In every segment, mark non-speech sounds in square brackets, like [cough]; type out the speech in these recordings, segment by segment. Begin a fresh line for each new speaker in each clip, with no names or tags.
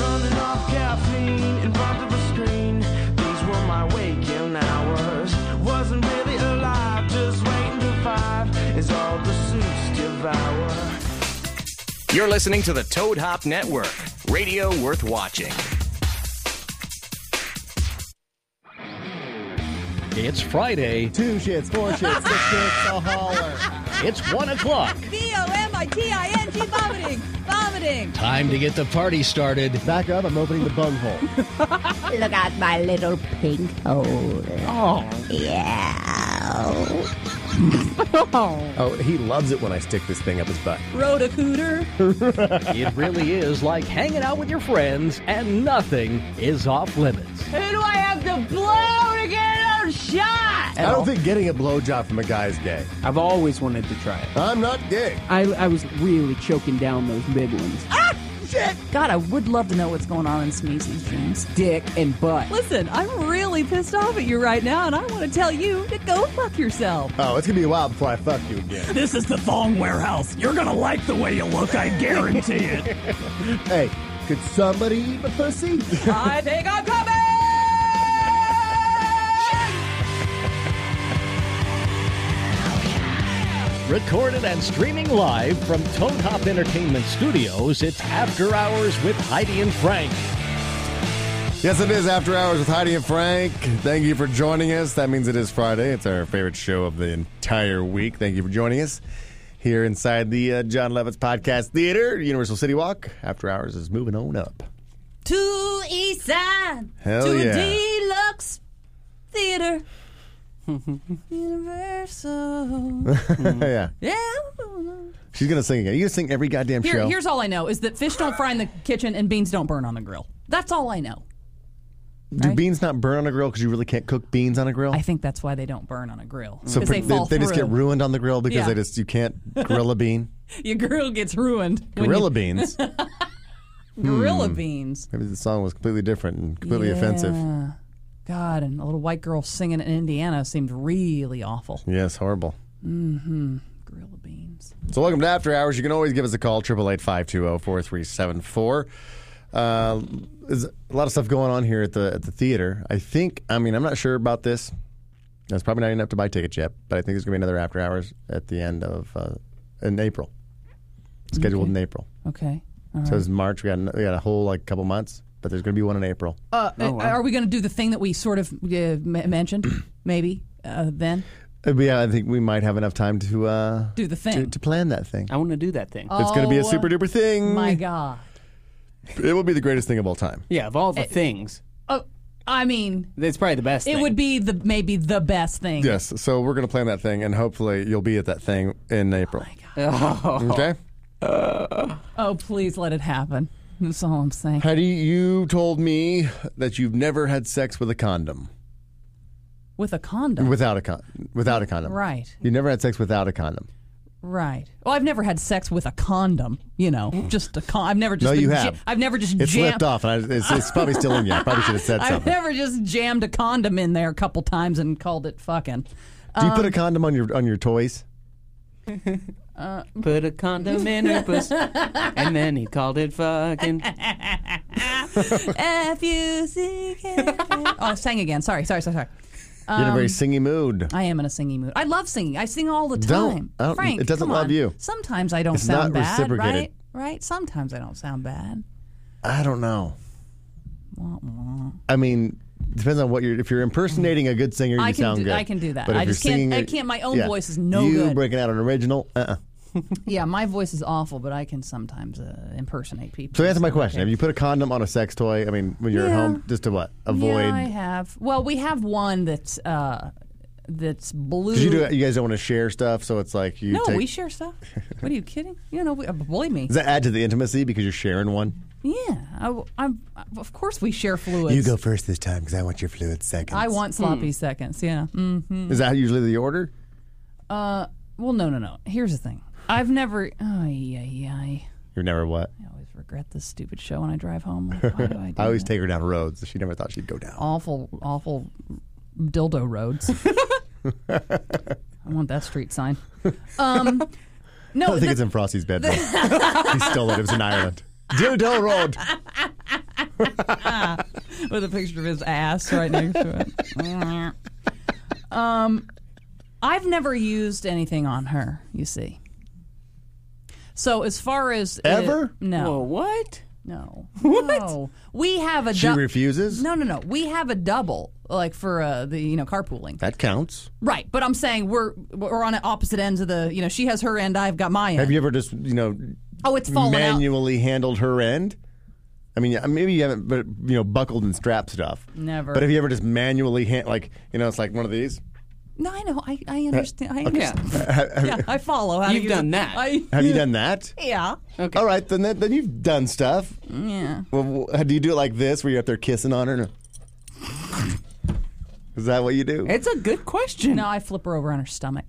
Running off caffeine in front of a screen. These were my waking hours. Wasn't really alive, just waiting to five. Is all the suits devour.
You're listening to the Toad Hop Network, radio worth watching.
It's Friday.
Two shits, four shits, six shits, a holler.
It's one o'clock.
V O M I T I N G vomiting, vomiting.
Time to get the party started.
Back up, I'm opening the bunghole.
Look at my little pink hole.
Oh, he loves it when I stick this thing up his butt.
Rotacooter.
It really is like hanging out with your friends, and nothing is off limits.
Who do I have to blow to get another shot?
I don't think getting a blowjob from a guy is gay.
I've always wanted to try it.
I'm not gay.
I, I was really choking down those big ones.
God, I would love to know what's going on in Smeezy's dreams.
Dick and butt.
Listen, I'm really pissed off at you right now, and I want to tell you to go fuck yourself.
Oh, it's gonna be a while before I fuck you again.
This is the Thong Warehouse. You're gonna like the way you look, I guarantee it.
[laughs] Hey, could somebody eat my
[laughs]
pussy?
[laughs] I think I'm coming.
Recorded and streaming live from Toad Hop Entertainment Studios, it's After Hours with Heidi and Frank.
yes, it is After Hours with Heidi and Frank. Thank you for joining us. That means it is Friday. It's our favorite show of the entire week. Thank you for joining us here inside the uh, John Lovitz Podcast Theater, Universal City Walk. After Hours is moving on up.
To East Side,
Hell
to
yeah.
Deluxe [laughs] Theater, Universal.
Mm-hmm.
[laughs] yeah,
Yeah.
she's gonna sing again. You sing every goddamn
Here,
show.
Here's all I know is that fish don't fry in the kitchen and beans don't burn on a grill. That's all I know.
Do
Right?
beans not burn on a grill because you really can't cook beans on a grill?
I think that's why they don't burn on a grill.
so
because
pr-
they, fall
just
through.
get ruined on the grill because
Yeah.
they just you can't grill a bean.
Your grill gets ruined. [laughs] when
Gorilla beans. Maybe
you- gorilla beans.
the song was completely different and completely offensive.
Yeah. God, and a little white girl singing in Indiana seemed really awful.
Yes, horrible.
Gorilla beans.
So welcome to After Hours. You can always give us a call, 888-520-4374. Uh, there's a lot of stuff going on here at the at the theater. I think, I mean, I'm not sure about this. It's probably not enough to buy tickets yet, but I think there's going to be another After Hours at the end of, uh, in April. Scheduled in April.
Okay.
So it's March. We got we got a whole like couple months, but there's going to be one in April.
Uh, Are we going to do the thing that we sort of uh, m- mentioned? [clears throat] Maybe uh, then
Uh, but yeah, I think we might have enough time to uh,
do the
to,
thing.
to plan that thing.
I want to do that thing.
it's going to be a
Oh,
super duper thing.
My God.
It will be the greatest thing of all time.
yeah, of all the things,
Oh, I mean,
that's probably the best.
it
thing.
would be the maybe the best thing.
Yes. So we're going to plan that thing, and hopefully you'll be at that thing in April. [laughs] Okay.
Oh, please let it happen. That's all I'm saying.
Heidi, you told me that you've never had sex with a condom.
With a condom.
Without a con- without a condom.
right,
You never had sex without a condom.
right. Well, I've never had sex with a condom, you know, just a con. I've never just
No,
been
you
ja-
have.
I've never just
It
jammed.
slipped off, and I, it's, it's probably still in you. I probably should have said
[laughs] I've
something.
never just jammed a condom in there a couple times and called it fucking.
Do you
um,
put a condom on your on your toys?
Put a condom in [laughs] her puss, and then he called it [laughs] fucking.
F U C K. Oh, sang again. Sorry, sorry, sorry, sorry.
You're in a very singy mood.
um, I am in a singing mood. I love singing. I sing all the
Don't.
time.
I don't-
Frank,
it doesn't
come
love
on.
you.
Sometimes I don't
It's
sound
not
bad,
reciprocated.
right? Right. Sometimes I don't sound bad.
I don't know. I mean, depends on what you're. If you're impersonating a good singer, you
I can
sound
do-
good.
I can do that.
But if
I
you're
just can't-
singing
I
a-
can't- my own voice is no
you
good.
breaking out an original. Uh. uh
Yeah, my voice is awful, but I can sometimes uh, impersonate people.
So answer my
Okay.
question: Have you put a condom on a sex toy? I mean, when you're at
Yeah.
home, just to what
Yeah, I
avoid?
have. Well, we have one that's uh, that's blue.
Because you do. You guys don't want to share stuff, so it's like you.
No,
take,
we share stuff. What are you kidding? You know, we, uh, believe me.
Does that add to the intimacy because you're sharing one?
Yeah, I, am Of course, we share fluids.
first this time because I want your fluid seconds.
I want
Hmm.
sloppy seconds. Yeah. Mm.
Is that usually the order?
Well, no, no, no. Here's the thing. I've never. Oh yeah, yeah. I
You're never what?
always regret this stupid show when I drive home.
[laughs]
Like, why do I, do
I always
that?
take her down roads that she never thought she'd go down.
awful, awful dildo
[laughs]
roads. I want that street sign.
[laughs] I
Um, no,
don't think
the-
it's in Frosty's
[laughs]
bedroom. he stole it. It was in Ireland. Dildo Road.
with a picture of his ass right next to it. um, [laughs] I've never used anything on her. You see. So as far as
Ever?
no,
Whoa, what?
no, what? No. We have a
She
dou-
refuses.
No, no, no. We have a double, like for uh, the you know carpooling,
That counts.
right? But I'm saying we're we're on the opposite ends of the you know she has her end, I've got my end.
Have you ever just you know
oh, it's fallen out.
manually handled her end? I mean, yeah, maybe you haven't, but you know, buckled and strap stuff.
Never.
But have you ever just manually hand like you know, it's like one of these?
No, I know. I, I understand. I understand.
[laughs]
Yeah. I follow. How to
You've
use
done
it.
that.
I,
Have you done that?
yeah.
Okay.
All right, then that, then you've done stuff. Yeah. Well, wh- do you do it like this, where you're up there kissing on her? Is that what you do?
It's a good question.
No, I flip her over on
[laughs]
her stomach.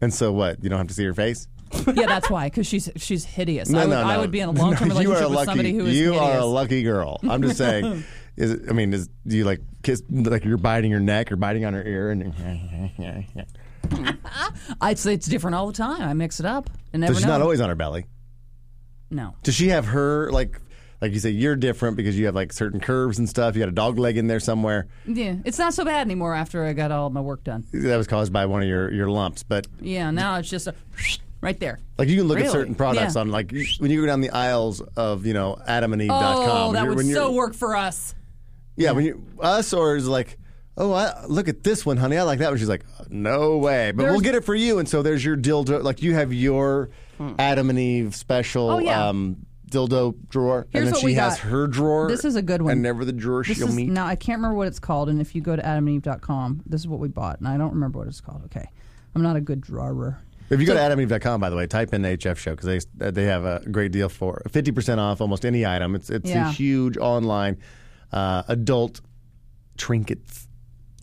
And so what? You don't have to see her face.
Yeah, that's why, because she's she's hideous. I,
[laughs]
would,
no, no.
I would be in a long term
you are
relationship
a
with
lucky,
somebody who is
You
hideous.
are a lucky girl. I'm just
[laughs]
saying. Is it, I mean, is do you like kiss like you're biting her neck or biting on her ear? And
[laughs] I'd say it's different all the time. I mix it up. And
so
never
she's
know.
not always on her belly.
no.
Does she have her like like you say you're different because you have like certain curves and stuff. You got a dog leg in there somewhere
Yeah, it's not so bad anymore after I got all my work done.
that was caused by one of your your lumps. But
Yeah, now it's just a, [laughs] right there.
like you can look at
Really?
certain products
Yeah.
on like when you go down the aisles of you know adamandeve.com.
Oh,
when
that
you're-
would
when you're-
so work for us.
Yeah, when you us or is like, oh, I, look at this one, honey. I like that one. She's like, no way, but we'll
There's-
get it for you. And so there's your dildo. Like you have your Adam and Eve special.
Hmm. Oh, yeah.
um, Dildo drawer,
Here's
and then
what
she
we
has
got.
her drawer.
This is a good one.
and never the drawer
This
she'll
is,
meet.
Now, I can't remember what it's called, and if you go to adamandeve.com, this is what we bought, and I don't remember what it's called. Okay. I'm not a good drawer.
if you go to adamandeve.com, by the way, type in HF show because they they have a great deal for fifty percent off almost any item. It's it's a
Yeah.
huge online uh, adult trinkets.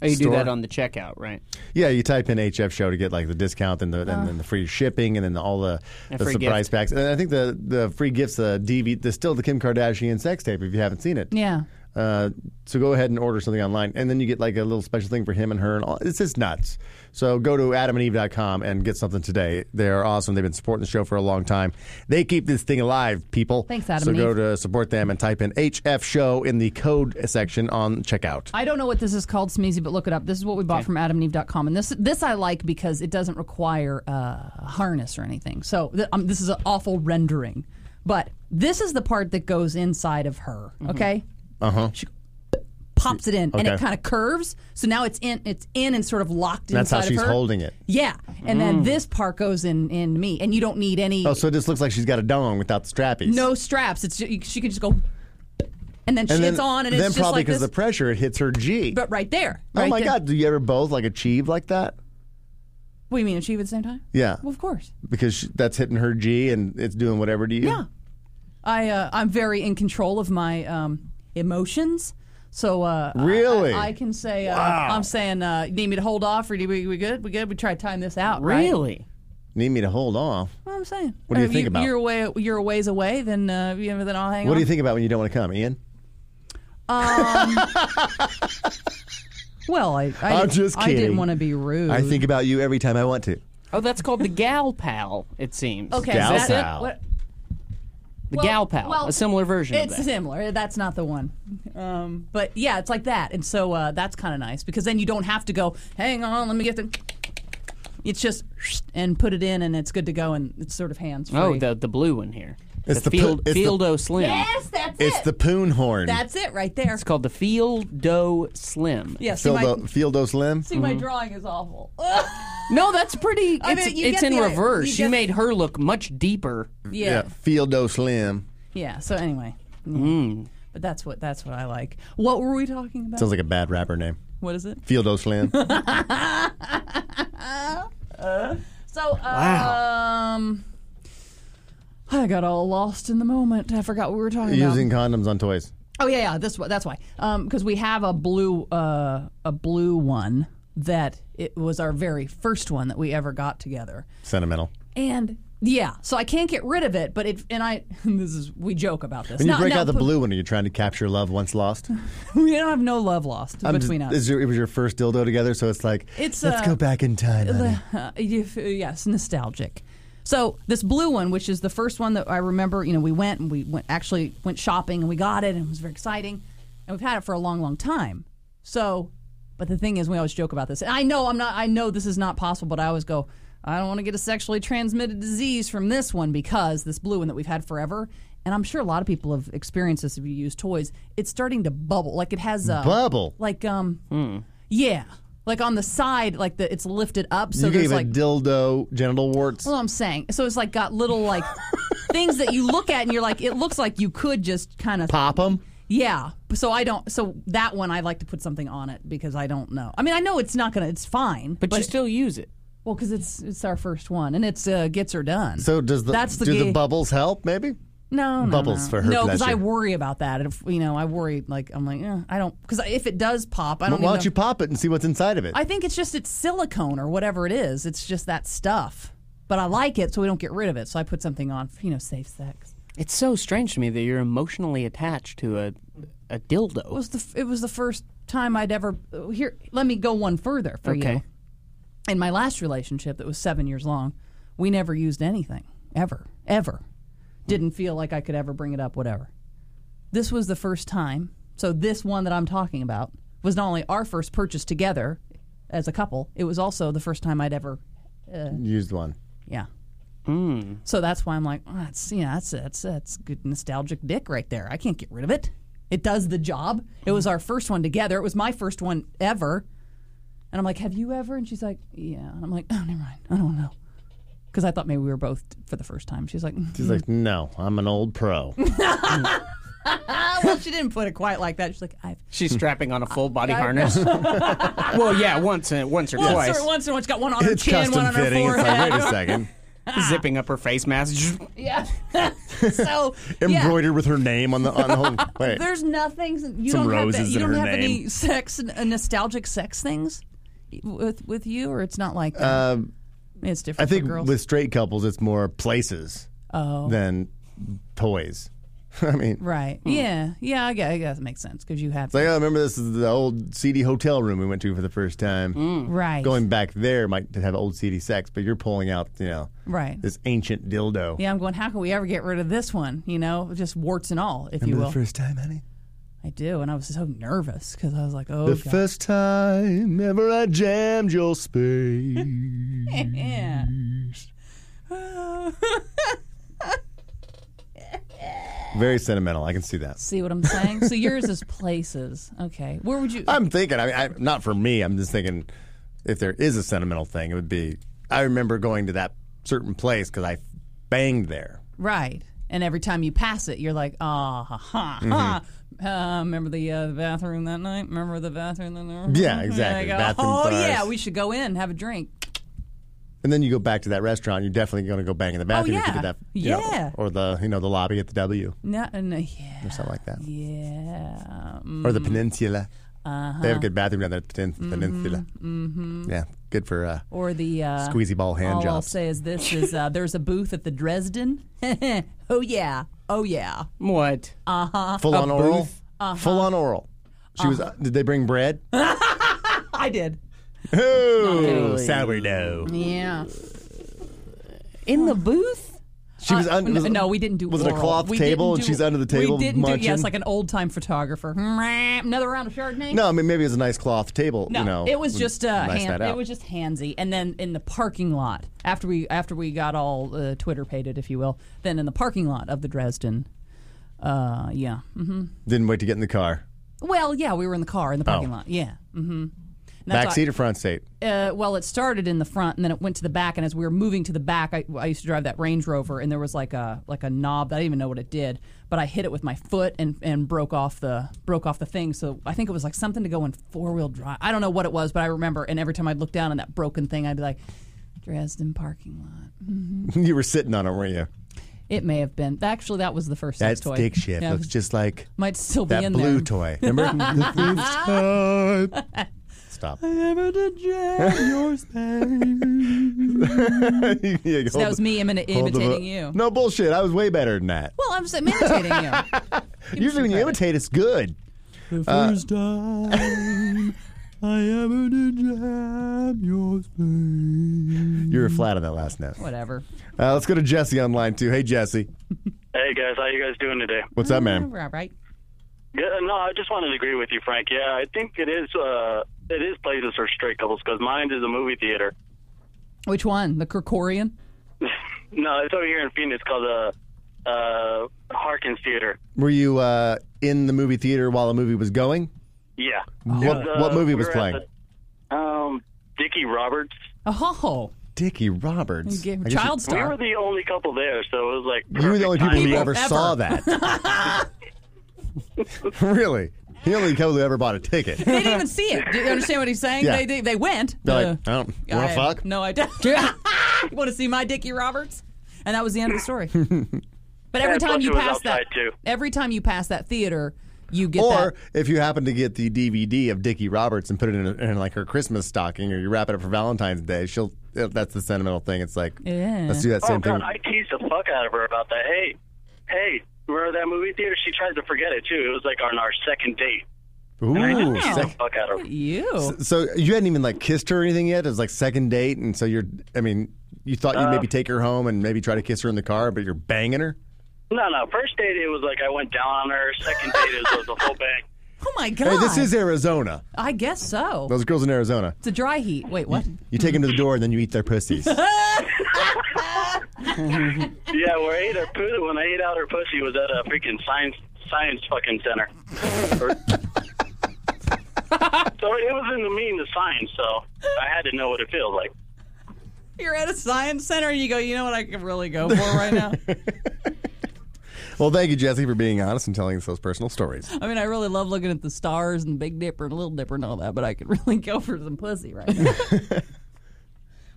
Oh, you do
Store.
that on the checkout, right?
Yeah, you type in HF show to get like the discount and the
Oh.
and then the free shipping and then the, all the,
And
the
free
surprise packs. And I think the the free gifts the DV the still the Kim Kardashian sex tape if you haven't seen it.
Yeah.
Uh, so go ahead and order something online, and then you get like a little special thing for him and her, and all. It's just nuts. So go to AdamAndEve.com and get something today. They are awesome. They've been supporting the show for a long time. They keep this thing alive, people.
Thanks, Adam
So
and
go
Eve.
to support them and type in HF Show in the code section on checkout.
I don't know what this is called, Smeezy, but look it up. This is what we bought from adamandeve.com. And this this I like because it doesn't require uh, a harness or anything. So th- um, this is an awful rendering. But this is the part that goes inside of her, okay? Uh huh. She pops it in and
Mm-hmm. Uh-huh.
it
Okay.
kind of curves. So now it's in it's in and sort of locked
That's how
inside
she's
of her.
holding it. Mm.
Yeah. And then this part goes in in me. And you don't need any
Oh, so this looks like she's got a dong without the strappies.
no straps. It's ju- she can just go and then, she,
and then,
it's on and
then
it's just
probably
like
because
this.
the pressure it hits her G.
but right there.
oh
right
my
there.
God! Do you ever both like achieve like that?
What do you mean achieve at the same time?
Yeah,
Well, of course.
because she, that's hitting her G and it's doing whatever to you.
Yeah. I uh, I'm very in control of my um, emotions. So uh, I-
Really?
I, I can say uh, I'm saying uh, you need me to hold off or do we, we good? We good? We try to time this out. right?
Really?
Need me to hold off.
What I'm saying.
What do you
If
think about?
You're away. You're a ways away. Then uh, you know, then I'll hang
What
on.
do you think about when you don't want to come, Ian?
Well, I I,
I'm
didn't-
just
I
kidding.
didn't want to be rude.
I think about you every time I want to.
Oh, that's called the gal pal. It seems.
Okay.
Gal
so that,
pal.
what-
The
well-
gal pal.
well,
a similar version
It's
of that.
similar. That's not the one. Um, but yeah, it's like that. And so uh, that's kind of nice because then you don't have to go, hang on, let me get the. It's just and put it in and it's good to go and it's sort of hands free.
Oh, the the blue one here.
It's the
field
pu- it's the-
Fieldo Slim.
yes, that's
It's
it.
the poon horn.
that's it right there.
It's called the Fieldo Slim.
Yeah, see, my,
Fieldo, Fieldo Slim.
see
Mm-hmm.
my drawing is awful.
Mm,
No, that's pretty.
I
it's
mean, you
it's
get
in
the- uh,
reverse.
you
You,
get-
made her look much deeper.
yeah.
Fieldo Slim.
Yeah. So anyway. yeah.
Mm.
But that's what that's what I like. What were we talking about?
Sounds like a bad rapper name.
what is it?
Fieldo
[laughs]
Slim.
So, um, I got all lost in the moment. I forgot what we were talking
Using
about.
condoms on toys.
Oh yeah, yeah. This that's why. Um, because we have a blue, uh, a blue one that it was our very first one that we ever got together,
Sentimental.
and Yeah, so I can't get rid of it, but it and I [laughs] this is we joke about this.
When you
Not-
break
no,
out the
but-
blue one, are you trying to capture love once lost?
[laughs] We don't have no love lost
I'm just-
between us.
is your- it was your first dildo together, so it's like
It's,
let's
uh,
go back in time. honey.
Uh, [laughs] if- yes, nostalgic. So this blue one, which is the first one that I remember, you know, we went and we went actually went shopping and we got it and it was very exciting, and we've had it for a long, long time. So, but the thing is, we always joke about this. And I know I'm not. I know this is not possible, but I always go. I don't want to get a sexually transmitted disease from this one because this blue one that we've had forever, and I'm sure a lot of people have experienced this if you use toys. It's starting to bubble, like it has a
Bubble.
like um, yeah, like on the side, like the it's lifted up, so
you
there's
gave
like
a dildo genital warts.
that's what I'm saying. So it's like got
[laughs]
little like things that you look at and you're like, it looks like you could just kind of
Pop them.
Yeah. So I don't. So that one I like to put something on it because I don't know. I mean, I know it's not gonna. It's fine.
But, you still use it.
well, because it's it's our first one and it's uh, gets her done.
So does the
that's the
do
gay-
the bubbles help? Maybe.
No, no,
bubbles
no.
for her
No, because I
pleasure.
worry about that. If you know, I worry like I'm like eh, I don't because if it does pop, I
Why
don't.
don't
even
you
know-
pop it and see what's inside of it?
I think it's just it's silicone or whatever it is. It's just that stuff. But I like it, so we don't get rid of it. So I put something on, for, you know, safe sex.
It's so strange to me that you're emotionally attached to a a
It
dildo.
was the it was the first time I'd ever uh, here. Let me go one further for you.
Okay.
In my last relationship, that was seven years long, we never used anything ever, ever. Didn't feel like I could ever bring it up. Whatever. This was the first time. So this one that I'm talking about was not only our first purchase together as a couple, it was also the first time I'd ever
Used one.
yeah.
Hmm.
So that's why I'm like, oh, that's yeah, that's that's that's good nostalgic dick right there. I can't get rid of it. It does the job. It was our first one together. It was my first one ever. And I'm like, have you ever? And she's like, yeah. And I'm like, oh, never mind. I don't know. Because I thought maybe we were both for the first time. She's like,
She's like, no, I'm an old
[laughs]
pro.
ah, well, she didn't put it quite like that. She's like, I've
She's strapping on a full body
[laughs]
harness. well, yeah, once and once or
once
twice.
or once or once got one on her
it's
chin, one
custom
on her
fitting. It's like,
forehead.
wait a second.
Ah.
Zipping up her face mask.
yeah. [laughs]
[laughs]
so [laughs] yeah.
Embroidered with her name on the on the whole.
[laughs]
Wait,
There's nothing. You
Some
don't have.
roses
that- you
in
don't
her
have any
name.
sex, uh, nostalgic sex things with with you, or it's not like that? I mean, it's
Um, I
different.
think
for girls. Oh.
with straight couples, it's more places than toys. I mean,
right. Yeah. Yeah. I guess, I guess it makes sense because you have
Hmm. like, oh, remember this is the old seedy hotel room we went to for the first time.
right.
Going back there might have old seedy sex, but you're pulling out, you know,
Right.
this ancient dildo.
Yeah. I'm going. How can we ever get rid of this one? You know, just warts and all, if you
Remember
will.
the first time, honey?
I do, and I was so nervous because I was like, oh,
The
God.
first time ever I jammed [laughs] your space.
yeah.
Very sentimental. I can see that.
See what I'm saying? so yours is places. Okay. Where would you?
I'm thinking. I mean, I, not for me. I'm just thinking. If there is a sentimental thing, it would be. I remember going to that certain place because I banged there.
Right. And every time you pass it, you're like, ah, ha, ha, ha.
Mm-hmm.
Uh, remember the uh, bathroom that night? Remember the bathroom that night?
Yeah,
And I
exactly.
go,
Bathroom
oh,
bars.
yeah, we should go in, have a drink.
And then you go back to that restaurant. You're definitely going to go bang in the bathroom if you
Oh, yeah.
get that. you know,
Yeah.
or the you know the lobby at the W
No, no, yeah.
or something like that.
Yeah.
Or the Peninsula. They
Uh-huh.
have a good bathroom down there at the Pen- Peninsula. Mm-hmm. Yeah, good for uh,
Or the. Uh,
squeezy ball hand
all I'll
jobs.
say is this is uh, there's a booth at the Dresden. [laughs] oh, yeah. Oh, yeah.
What?
Full on oral.
booth?
Uh-huh.
Full on oral. She was. Uh, did they bring
[laughs]
bread?
I did.
Ooh, sourdough.
Yeah.
In the booth?
She was. un-
No,
was-
Uh, no, we didn't do.
Was it a
oral.
cloth
We
table
didn't
and
do-
she's under the table
We didn't do. Yes,
munching?
like an old time photographer. Another round of Chardonnay.
No, I mean maybe it was a nice cloth table.
No,
you know,
it was just uh,
nice
hand,
that
it
out.
was just handsy. And then in the parking lot after we after we got all uh, Twitter pated, if you will, then in the parking lot of the Dresden, uh, yeah. hmm
Didn't wait to get in the car.
Well, yeah, we were in the car in the parking
Oh.
lot. Yeah. Mm-hmm.
Back seat or front seat?
uh, well, it started in the front and then it went to the back. And as we were moving to the back, I, I used to drive that Range Rover, and there was like a like a knob. I didn't even know what it did, but I hit it with my foot and, and broke off the broke off the thing. So I think it was like something to go in four wheel drive. I don't know what it was, but I remember. And every time I'd look down on that broken thing, I'd be like, Dresden parking
[laughs]
lot.
you were sitting on it, weren't you?
It may have been. Actually, that was the first
That
sex toy.
stick shift
Yeah,
looks just like
might still be [laughs]
that
in
blue
there.
toy. Remember the first time? [laughs] Stop.
Never
[laughs]
did your
Yeah, hold
that was
the-
me imita-
hold the-
imitating you.
No bullshit. I was way better than that.
Well, I'm just imitating
[laughs]
you.
Usually when you imitate, it's good. Uh,
The first time I ever did jam your space.
You were flat on that last note.
Whatever.
Uh, let's go to Jesse on line two. Hey, Jesse.
Hey guys, how you guys doing today?
What's up, man?
We're all right.
Yeah, no, I just wanted to agree with you, Frank. Yeah, I think it is. Uh, it is places for straight couples because mine is a movie theater.
Which one? The Kerkorian?
No, it's over here in Phoenix called uh, uh, Harkins Theater.
Were you uh, in the movie theater while the movie was going?
Yeah. uh,
What, what movie
we
was
were at
playing?
the- um, Dickie Roberts.
Oh,
Dickie Roberts.
gave
I guess you-
child
[laughs]
We were
star.
the only couple there, so it was like
You were the
perfect
only people who ever,
timing.
saw that. [laughs] really? The only couple who ever bought a
[laughs]
ticket.
They didn't even see it. Do you understand what he's saying?
Yeah.
They, they they went.
They're
Uh,
like, oh, you want to
I-
fuck?
No, I
[laughs]
don't. [laughs] you want to see my Dickie Roberts? And that was the end of
[laughs]
the story. But every time
Yeah, plus
you
it was
pass that,
outside, too.
every time you pass that theater, you get
Or if you happen to get the DVD of Dickie Roberts and put it in, in like her Christmas stocking, or you wrap it up for Valentine's Day, she'll. uh, That's the sentimental thing. It's like,
Yeah.
let's do that
Oh
same thing.
God, I teased the fuck out of her about that. Hey, hey, remember that movie theater? She tried to forget it too. It was like on our second date.
Ooh,
Teased the
sec-
fuck out of her.
that. You.
so you hadn't even like kissed her or anything yet. It was like second date, and so you're. I mean, you thought you'd
Uh,
maybe take her home and maybe try to kiss her in the car, but you're banging her.
No, no. First date, it was like I went down on her. Second date, it was the whole bang.
oh my god.
Hey, this is Arizona.
I guess so.
Those girls in Arizona.
It's a dry heat. Wait,
[laughs]
what?
You take them to the door and then you eat their
[laughs]
pussies.
Yeah, where I ate her pussy, when I ate out her pussy was at a freaking science science fucking center. so it was in the mean the science, so I had to know what it feels like.
You're at a science center and you go, you know what I could really go for right now?
well, thank you, Jesse, for being honest and telling us those personal stories.
I mean, I really love looking at the stars and Big Dipper and Little Dipper and all that, but I could [laughs] really go for some pussy right [laughs] now.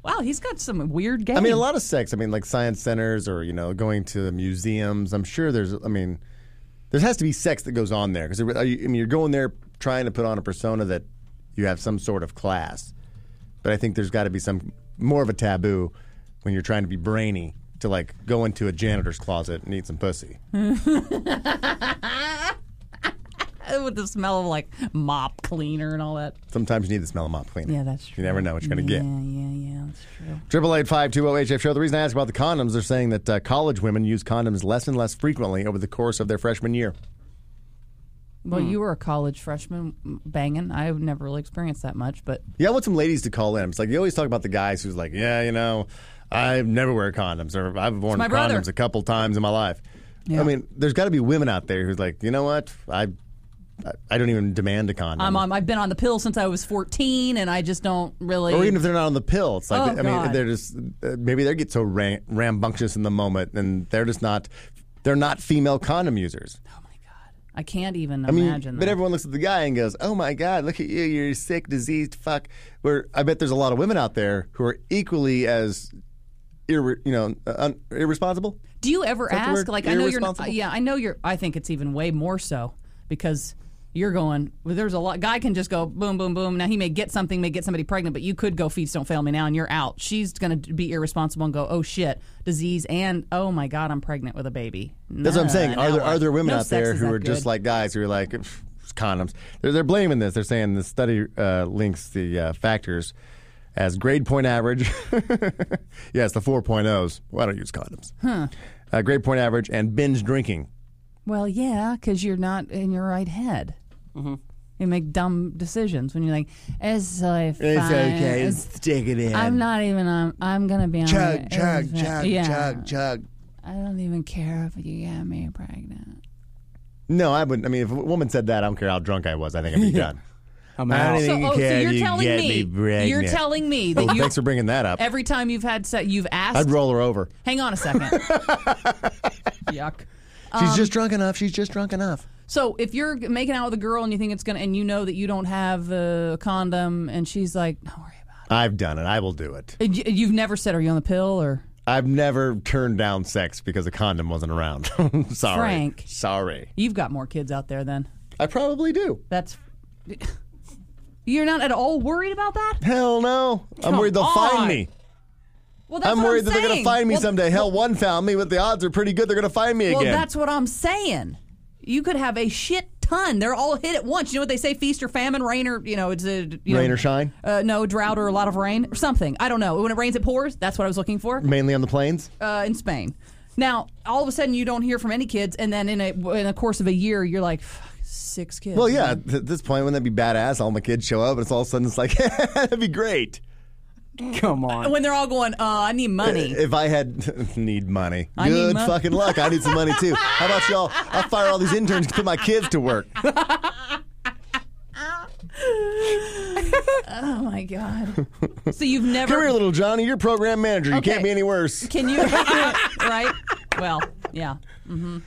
wow, he's got some weird game.
I mean, a lot of sex. I mean, like science centers or you know, going to museums. I'm sure there's. I mean, there has to be sex that goes on there because I mean, you're going there trying to put on a persona that you have some sort of class, but I think there's got to be some more of a taboo when you're trying to be brainy to like go into a janitor's closet and eat some pussy.
with the smell of like mop cleaner and all that.
Sometimes you need the smell of mop cleaner.
Yeah, that's true.
You never know what you're gonna get.
Yeah, yeah, yeah, that's true.
Triple eight five two zero HF show. The reason I ask about the condoms, they're saying that uh, college women use condoms less and less frequently over the course of their freshman year.
Well,
Hmm.
you were a college freshman m- banging. I've never really experienced that much, but
Yeah, I want some ladies to call in. It's like you always talk about the guys who's like, yeah, you know, I never wear condoms or I've worn condoms
my brother.
a couple times in my life. I mean, there's got to be women out there who's like, you know what, I, I- I don't even demand a condom.
I'm on, I've been on the pill since I was 14, and I just don't really.
or even if they're not on the pill, it's like
Oh,
I mean,
God.
they're just uh, maybe they get so ram- rambunctious in the moment, and they're just not, they're not female condom users.
Oh I can't even
I mean,
imagine.
but
that.
everyone looks at the guy and goes, "Oh my God, look at you! You're sick, diseased, fuck." Where I bet there's a lot of women out there who are equally as, irre- you know, uh, un- irresponsible.
Do you ever
that the
ask?
word?
Like, I know you're.
Irresponsible?
Not, yeah, I know you're. I think it's even way more so because you're going. Well, there's a lot. Guy can just go boom, boom, boom. Now he may get something, may get somebody pregnant, but you could go feeds don't fail me now, and you're out. She's going to be irresponsible and go, oh shit, disease, and oh my god, I'm pregnant with a baby.
That's what I'm
Nah,
saying. Are
now
there
what?
are there women
No
out
sex
there
is
who
that
are just
good.
like guys who are like "Pff, it's condoms? They're, they're blaming this. They're saying the study uh, links the uh, factors as grade point average. [laughs] yes, the 4.0s. Well, I don't use condoms. Uh, grade point average and binge drinking.
Well, yeah, because you're not in your right head.
Mm-hmm.
You make dumb decisions when you're like, it's so fine. It's-
Stick it in.
I'm not even. on I'm gonna be on.
Chug,
it.
chug,
It's-
chug,
yeah.
chug, chug.
I don't even care if you get me pregnant.
No, I wouldn't. I mean, if a woman said that, I don't care how drunk I was. I think I'd be
[laughs]
done.
I'm
I don't
out.
even-
So,
You
oh, so
can
you're
you
telling
get
me,
me pregnant?
you're telling me
Well,
that you
thanks for bringing that up.
every time you've had sex, you've asked.
I'd roll her over.
hang on
[laughs]
a second. Yuck.
She's
Um,
just drunk enough. She's just drunk enough.
So if you're making out with a girl and you think it's gonna, and you know that you don't have a condom, and she's like, "Don't worry about
I've done it. I will do it.
it." And you- You've never said, "Are you on the pill?" Or
I've never turned down sex because a condom wasn't around. [laughs] Sorry.
Frank.
Sorry.
you've got more kids out there. Then
I probably do.
that's [laughs] You're not at all worried about that?
Hell no. I'm
Come
worried they'll
on.
find me.
Well, that's
I'm
what
worried that they're going to
saying.
find me
Well,
someday. Hell, one found me, but the odds are pretty good they're going to find me
Well,
again.
that's what I'm saying. You could have a shit ton. They're all hit at once. You know what they say: feast or famine, rain or you know, it's a you
Rain
know,
or shine?
Uh, no, drought or a lot of rain or something. I don't know. When it rains, it pours. That's what I was looking for
Mainly on the plains.
uh, in Spain. Now, all of a sudden, you don't hear from any kids, and then in a in the course of a year, you're like "Fuck, six kids.
Well, yeah, at this point, wouldn't that be badass? All my kids show up, and it's all of a sudden it's like, [laughs] that'd be great.
Come on.
When they're all going, uh, I need money.
If I had [laughs] need money,
I need
good
mon-
fucking luck. I need some money too. How about y'all? I'll fire all these interns to put my kids to work.
oh
[laughs]
my god! so you've never
Come here, little Johnny. You're program manager. You
Okay.
can't be any worse.
Can you? [laughs] right? Well, yeah. Mm-hmm.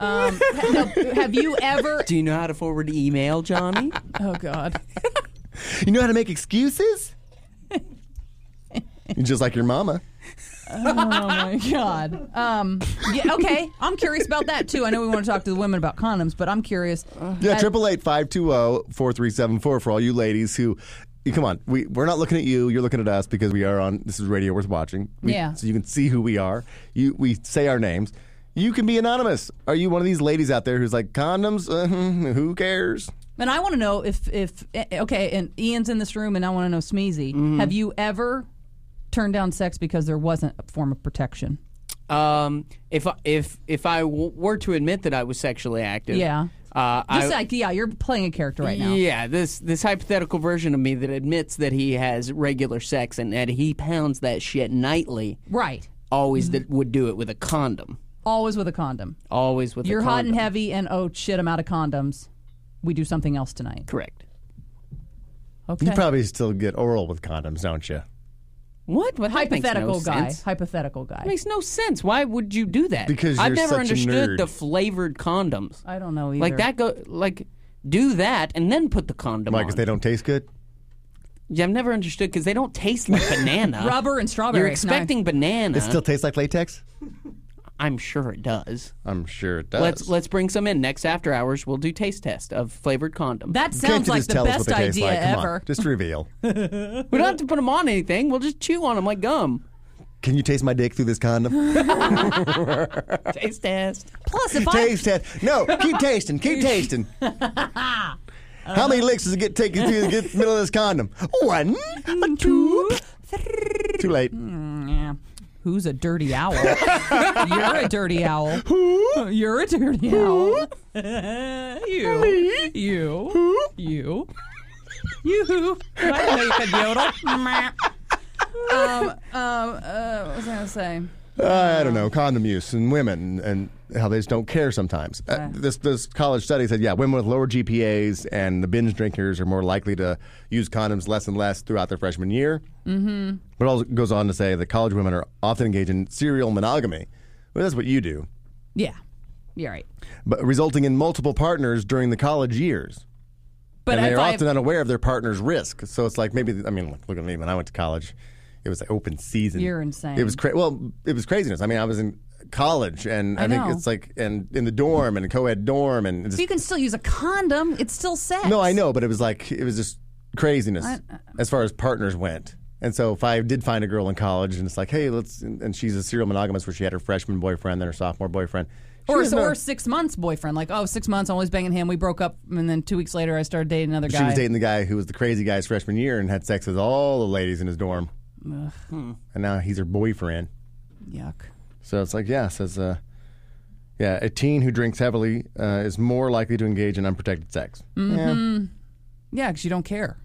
Um, ha- have you ever?
Do you know how to forward
[laughs]
email, Johnny?
Oh God!
You know how to make excuses? [laughs] You're just like your mama.
Oh my God! Um, yeah, okay, I'm curious about that too. I know we want to talk to the women about condoms, but I'm curious.
Yeah, triple eight five two zero four three seven four for all you ladies who. you- Come on, we we're not looking at you. You're looking at us because we are on. This is radio worth watching. We-
Yeah.
So you can see who we are. You we say our names. You can be anonymous. Are you one of these ladies out there who's like condoms? Uh, hmm, who cares?
And I want to know if if eh, okay, and Ian's in this room, and I want to know Smeezy.
Mm-hmm.
Have you ever turned down sex because there wasn't a form of protection?
Um, if I, if if I w- were to admit that I was sexually active,
Yeah.
uh,
Just
I,
like yeah, you're playing a character right now.
yeah, this this hypothetical version of me that admits that he has regular sex and that he pounds that shit nightly,
Right.
always
Mm-hmm.
that would do it with a condom,
Always with a condom.
always with
You're
a condom.
hot and heavy, and oh shit, I'm out of condoms. We do something else tonight.
Correct.
Okay.
You probably still get oral with condoms, don't you?
What? What That makes no
hypothetical guy.
sense.
Hypothetical guy.
That makes no sense. Why would you do that?
Because
I've
you're
never
such a
understood
nerd.
the flavored condoms.
I don't know either.
Like that go like do that and then put the condom
Why?
on.
Because they don't taste good.
yeah, I've never understood because they don't
[laughs]
taste like banana.
Rubber and strawberry.
You're
No.
expecting banana.
It still tastes like latex.
I'm sure it does.
I'm sure it does.
Let's let's bring some in next after hours. We'll do taste test of flavored condom.
That
Can't
sounds
you
like
just
the
tell us what
best
they taste
idea
like? Come
ever.
On, just
[laughs]
reveal.
we don't have to put them on anything. We'll just chew on them like gum.
Can you taste my dick through this
[laughs]
condom?
taste test.
Plus, if I
taste test. No, [laughs] keep tasting. Keep [laughs] tasting. How many licks does it get take you through the get [laughs] the middle of this condom? One, a Mm, two, three. Mm. Too late.
Yeah. Who's a
[laughs]
dirty owl? You're a dirty owl. Who? You're a dirty
[laughs]
owl. you. You. You. You. I didn't know you could yodel. Meh. um, um, uh, what was I going to say?
Uh, I don't know. Condom use and women and how they just don't care sometimes. Uh, this this college study said, yeah, women with lower GPAs and the binge drinkers are more likely to use condoms less and less throughout their freshman year. Mm-hmm. But it also goes on to say that college women are often engaged in serial monogamy. Well, that's what you do,
Yeah. You're right.
but resulting in multiple partners during the college years.
But
and
if
they're
I,
often unaware of their partner's risk. So it's like maybe I mean, look, look at me when I went to college, it was like open season.
You're insane.
It was cra- well, it was craziness. I mean, I was in college, and I,
I
think
know.
it's like and in the dorm and co-ed dorm and just,
you can still use a condom. It's still sex.
no, I know, but it was like it was just craziness
uh,
as far as partners went. And so if I did find a girl in college, and it's like, hey, let's, and and she's a serial monogamous where she had her freshman boyfriend, then her sophomore boyfriend. she
Or,
was no-
or six months boyfriend. Like, oh, six months, always banging him. We broke up, and then two weeks later, I started dating another guy.
She was dating the guy who was the crazy guy's freshman year and had sex with all the ladies in his dorm. And now he's her boyfriend.
Yuck.
So it's like, yeah, says, uh, yeah, a teen who drinks heavily uh, is more likely to engage in unprotected sex.
Mm.
Yeah.
Yeah, because you don't care.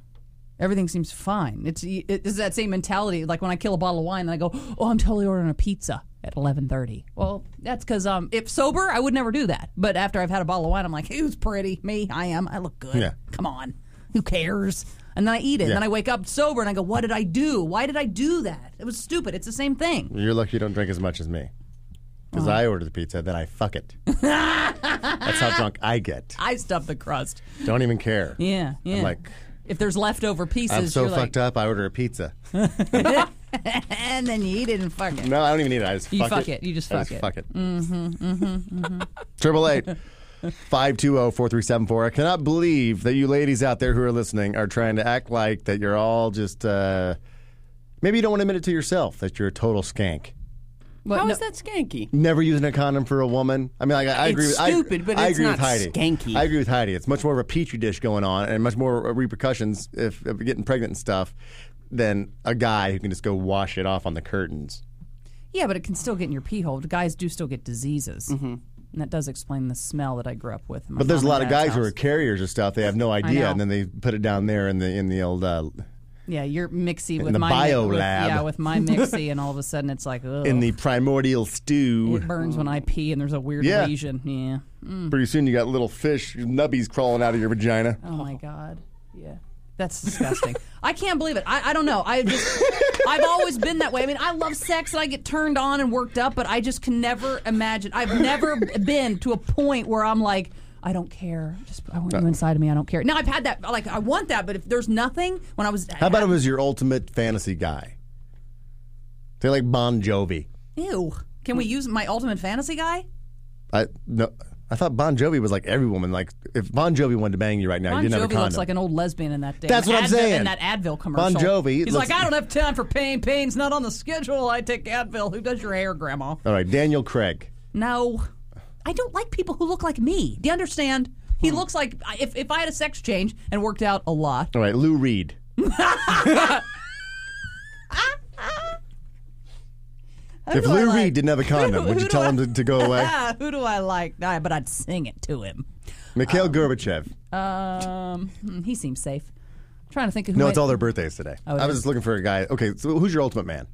Everything seems fine. It's it's that same mentality. Like when I kill a bottle of wine, and I go, "Oh, I'm totally ordering a pizza at 11:30." Well, that's because um, if sober, I would never do that. But after I've had a bottle of wine, I'm like, "Who's pretty? Me? I am. I look good.
Yeah.
Come on, who cares?" And then I eat it. And
Yeah.
then I wake up sober, and I go, "What did I do? Why did I do that? It was stupid. It's the same thing."
You're lucky you don't drink as much as me. Because
Oh.
I order the pizza, then I fuck
[laughs]
it. That's how drunk I get.
I stuff the crust.
Don't even care.
Yeah, yeah.
I'm like,
if there's leftover pieces,
I'm so
you're like,
fucked up, I order a pizza.
and then you eat it and fuck it.
No, I don't even need it. I just
You
fuck,
Mm-hmm,
fuck it. You just
I
fuck it.
Fuck it. Triple eight oh, 520-4374. I cannot believe that you ladies out there who are listening are trying to act like that you're all just uh, maybe you don't want to admit it to yourself that you're a total skank.
Well,
How
no-
is that skanky?
Never using a condom for a woman. I mean, like, I, I agree.
It's
with, I-
stupid, but
I
it's
agree
not
with Heidi.
skanky.
I agree with Heidi. It's much more of a petri dish going on, and much more repercussions if, if getting pregnant and stuff than a guy who can just go wash it off on the curtains.
Yeah, but it can still get in your pee hole. Guys do still get diseases. And that does explain the smell that I grew up with.
Mm-hmm. But there's a lot of guys who are carriers of stuff. They have no idea,
know.
and then they put it down there in the in the old uh,
Yeah, you're mixy with
the
my
bio
with-
lab.
Yeah, with my mixy, and all of a sudden it's like,
[laughs]
ugh.
in the primordial stew.
it burns when I pee, and there's a weird
Yeah.
lesion. Yeah.
Pretty soon, you got little fish nubbies crawling out of your vagina.
Oh my god. Yeah. That's disgusting. [laughs] I can't believe it. I, I don't know. I just I've always been that way. I mean, I love sex and I get turned on and worked up, but I just can never imagine. I've never been to a point where I'm like, I don't care. Just I
Uh,
want you inside of me. I don't care. Now I've had that. Like I want that, but if there's nothing, when I was
How about him as your ultimate fantasy guy? They're like Bon Jovi.
[laughs] ew. Can we use my ultimate fantasy guy?
I no, I thought Bon Jovi was like every woman. Like if Bon Jovi wanted to bang you right now,
Bon
you didn't have a
Jovi
condom.
looks like an old lesbian in that. Damn
That's what I'm
Advil-
saying.
In that Advil commercial.
Jovi
He's
looks-
like, I don't have time for pain. Pain's not on the schedule. I take Advil. Who does your hair, Grandma?
All right, Daniel Craig.
No, I don't like people who look like me. Do you understand?
Hmm.
He looks like if, if I had a sex change and worked out a lot.
All right, Lou Reed. if
do I
Lou
like?
Reed didn't have a condom, would
who
you
do
tell
I-
him to, to go away?
[laughs] Ah, who do I like? Ah, but I'd sing it to him.
Mikhail Gorbachev.
Um, hmm, he seems safe. I'm trying to think of who
No,
I-
it's all their birthdays today.
Oh, it
I was
is.
just looking for a guy. Okay, so who's your ultimate man?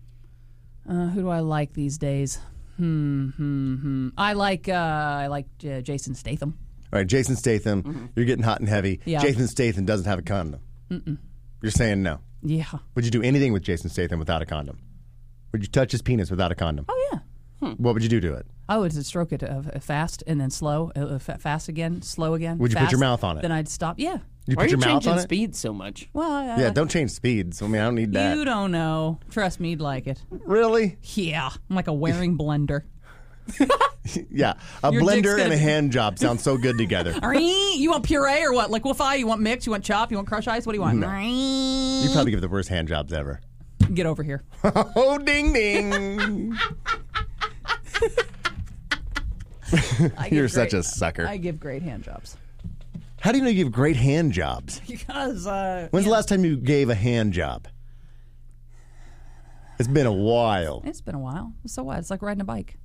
Uh, who do I like these days? Hmm, hmm, hmm. I like uh, I like J- Jason Statham.
All right, Jason Statham. You're getting hot and heavy.
Mm-hmm. Yeah.
Jason Statham doesn't have a condom. You're saying no.
Yeah. Oh,
Would you do anything with Jason Statham without a condom? Would you touch his penis without a condom?
Oh yeah.
What would you do to it?
I would stroke it uh, fast and then slow, uh, uh, fa- fast again, slow again.
Would you put your
fast.
mouth on it?
Then I'd stop. Yeah.
You
Why
put
are you
your mouth
changing
on it?
speed so much?
Well, I,
Yeah, don't change speeds. I mean, I don't need that.
You don't know. Trust me, you'd like it.
Really?
Yeah, I'm like
[laughs]
a wearing blender.
Yeah. A
Your dick's
blender and
gonna-
a hand job sound so good together.
[laughs] you want puree or what? Liquefy? You want mix? You want chop? You want crush ice? What do you want?
You probably give the worst hand jobs ever.
Get over
[laughs]
here.
Oh, ding ding.
I give
You're
great-
such a sucker.
I give great hand jobs.
How do you know you give great hand jobs?
Because, uh,
When's the last time you gave a hand job? It's been a while.
it's been a while. So what? It's like riding a bike.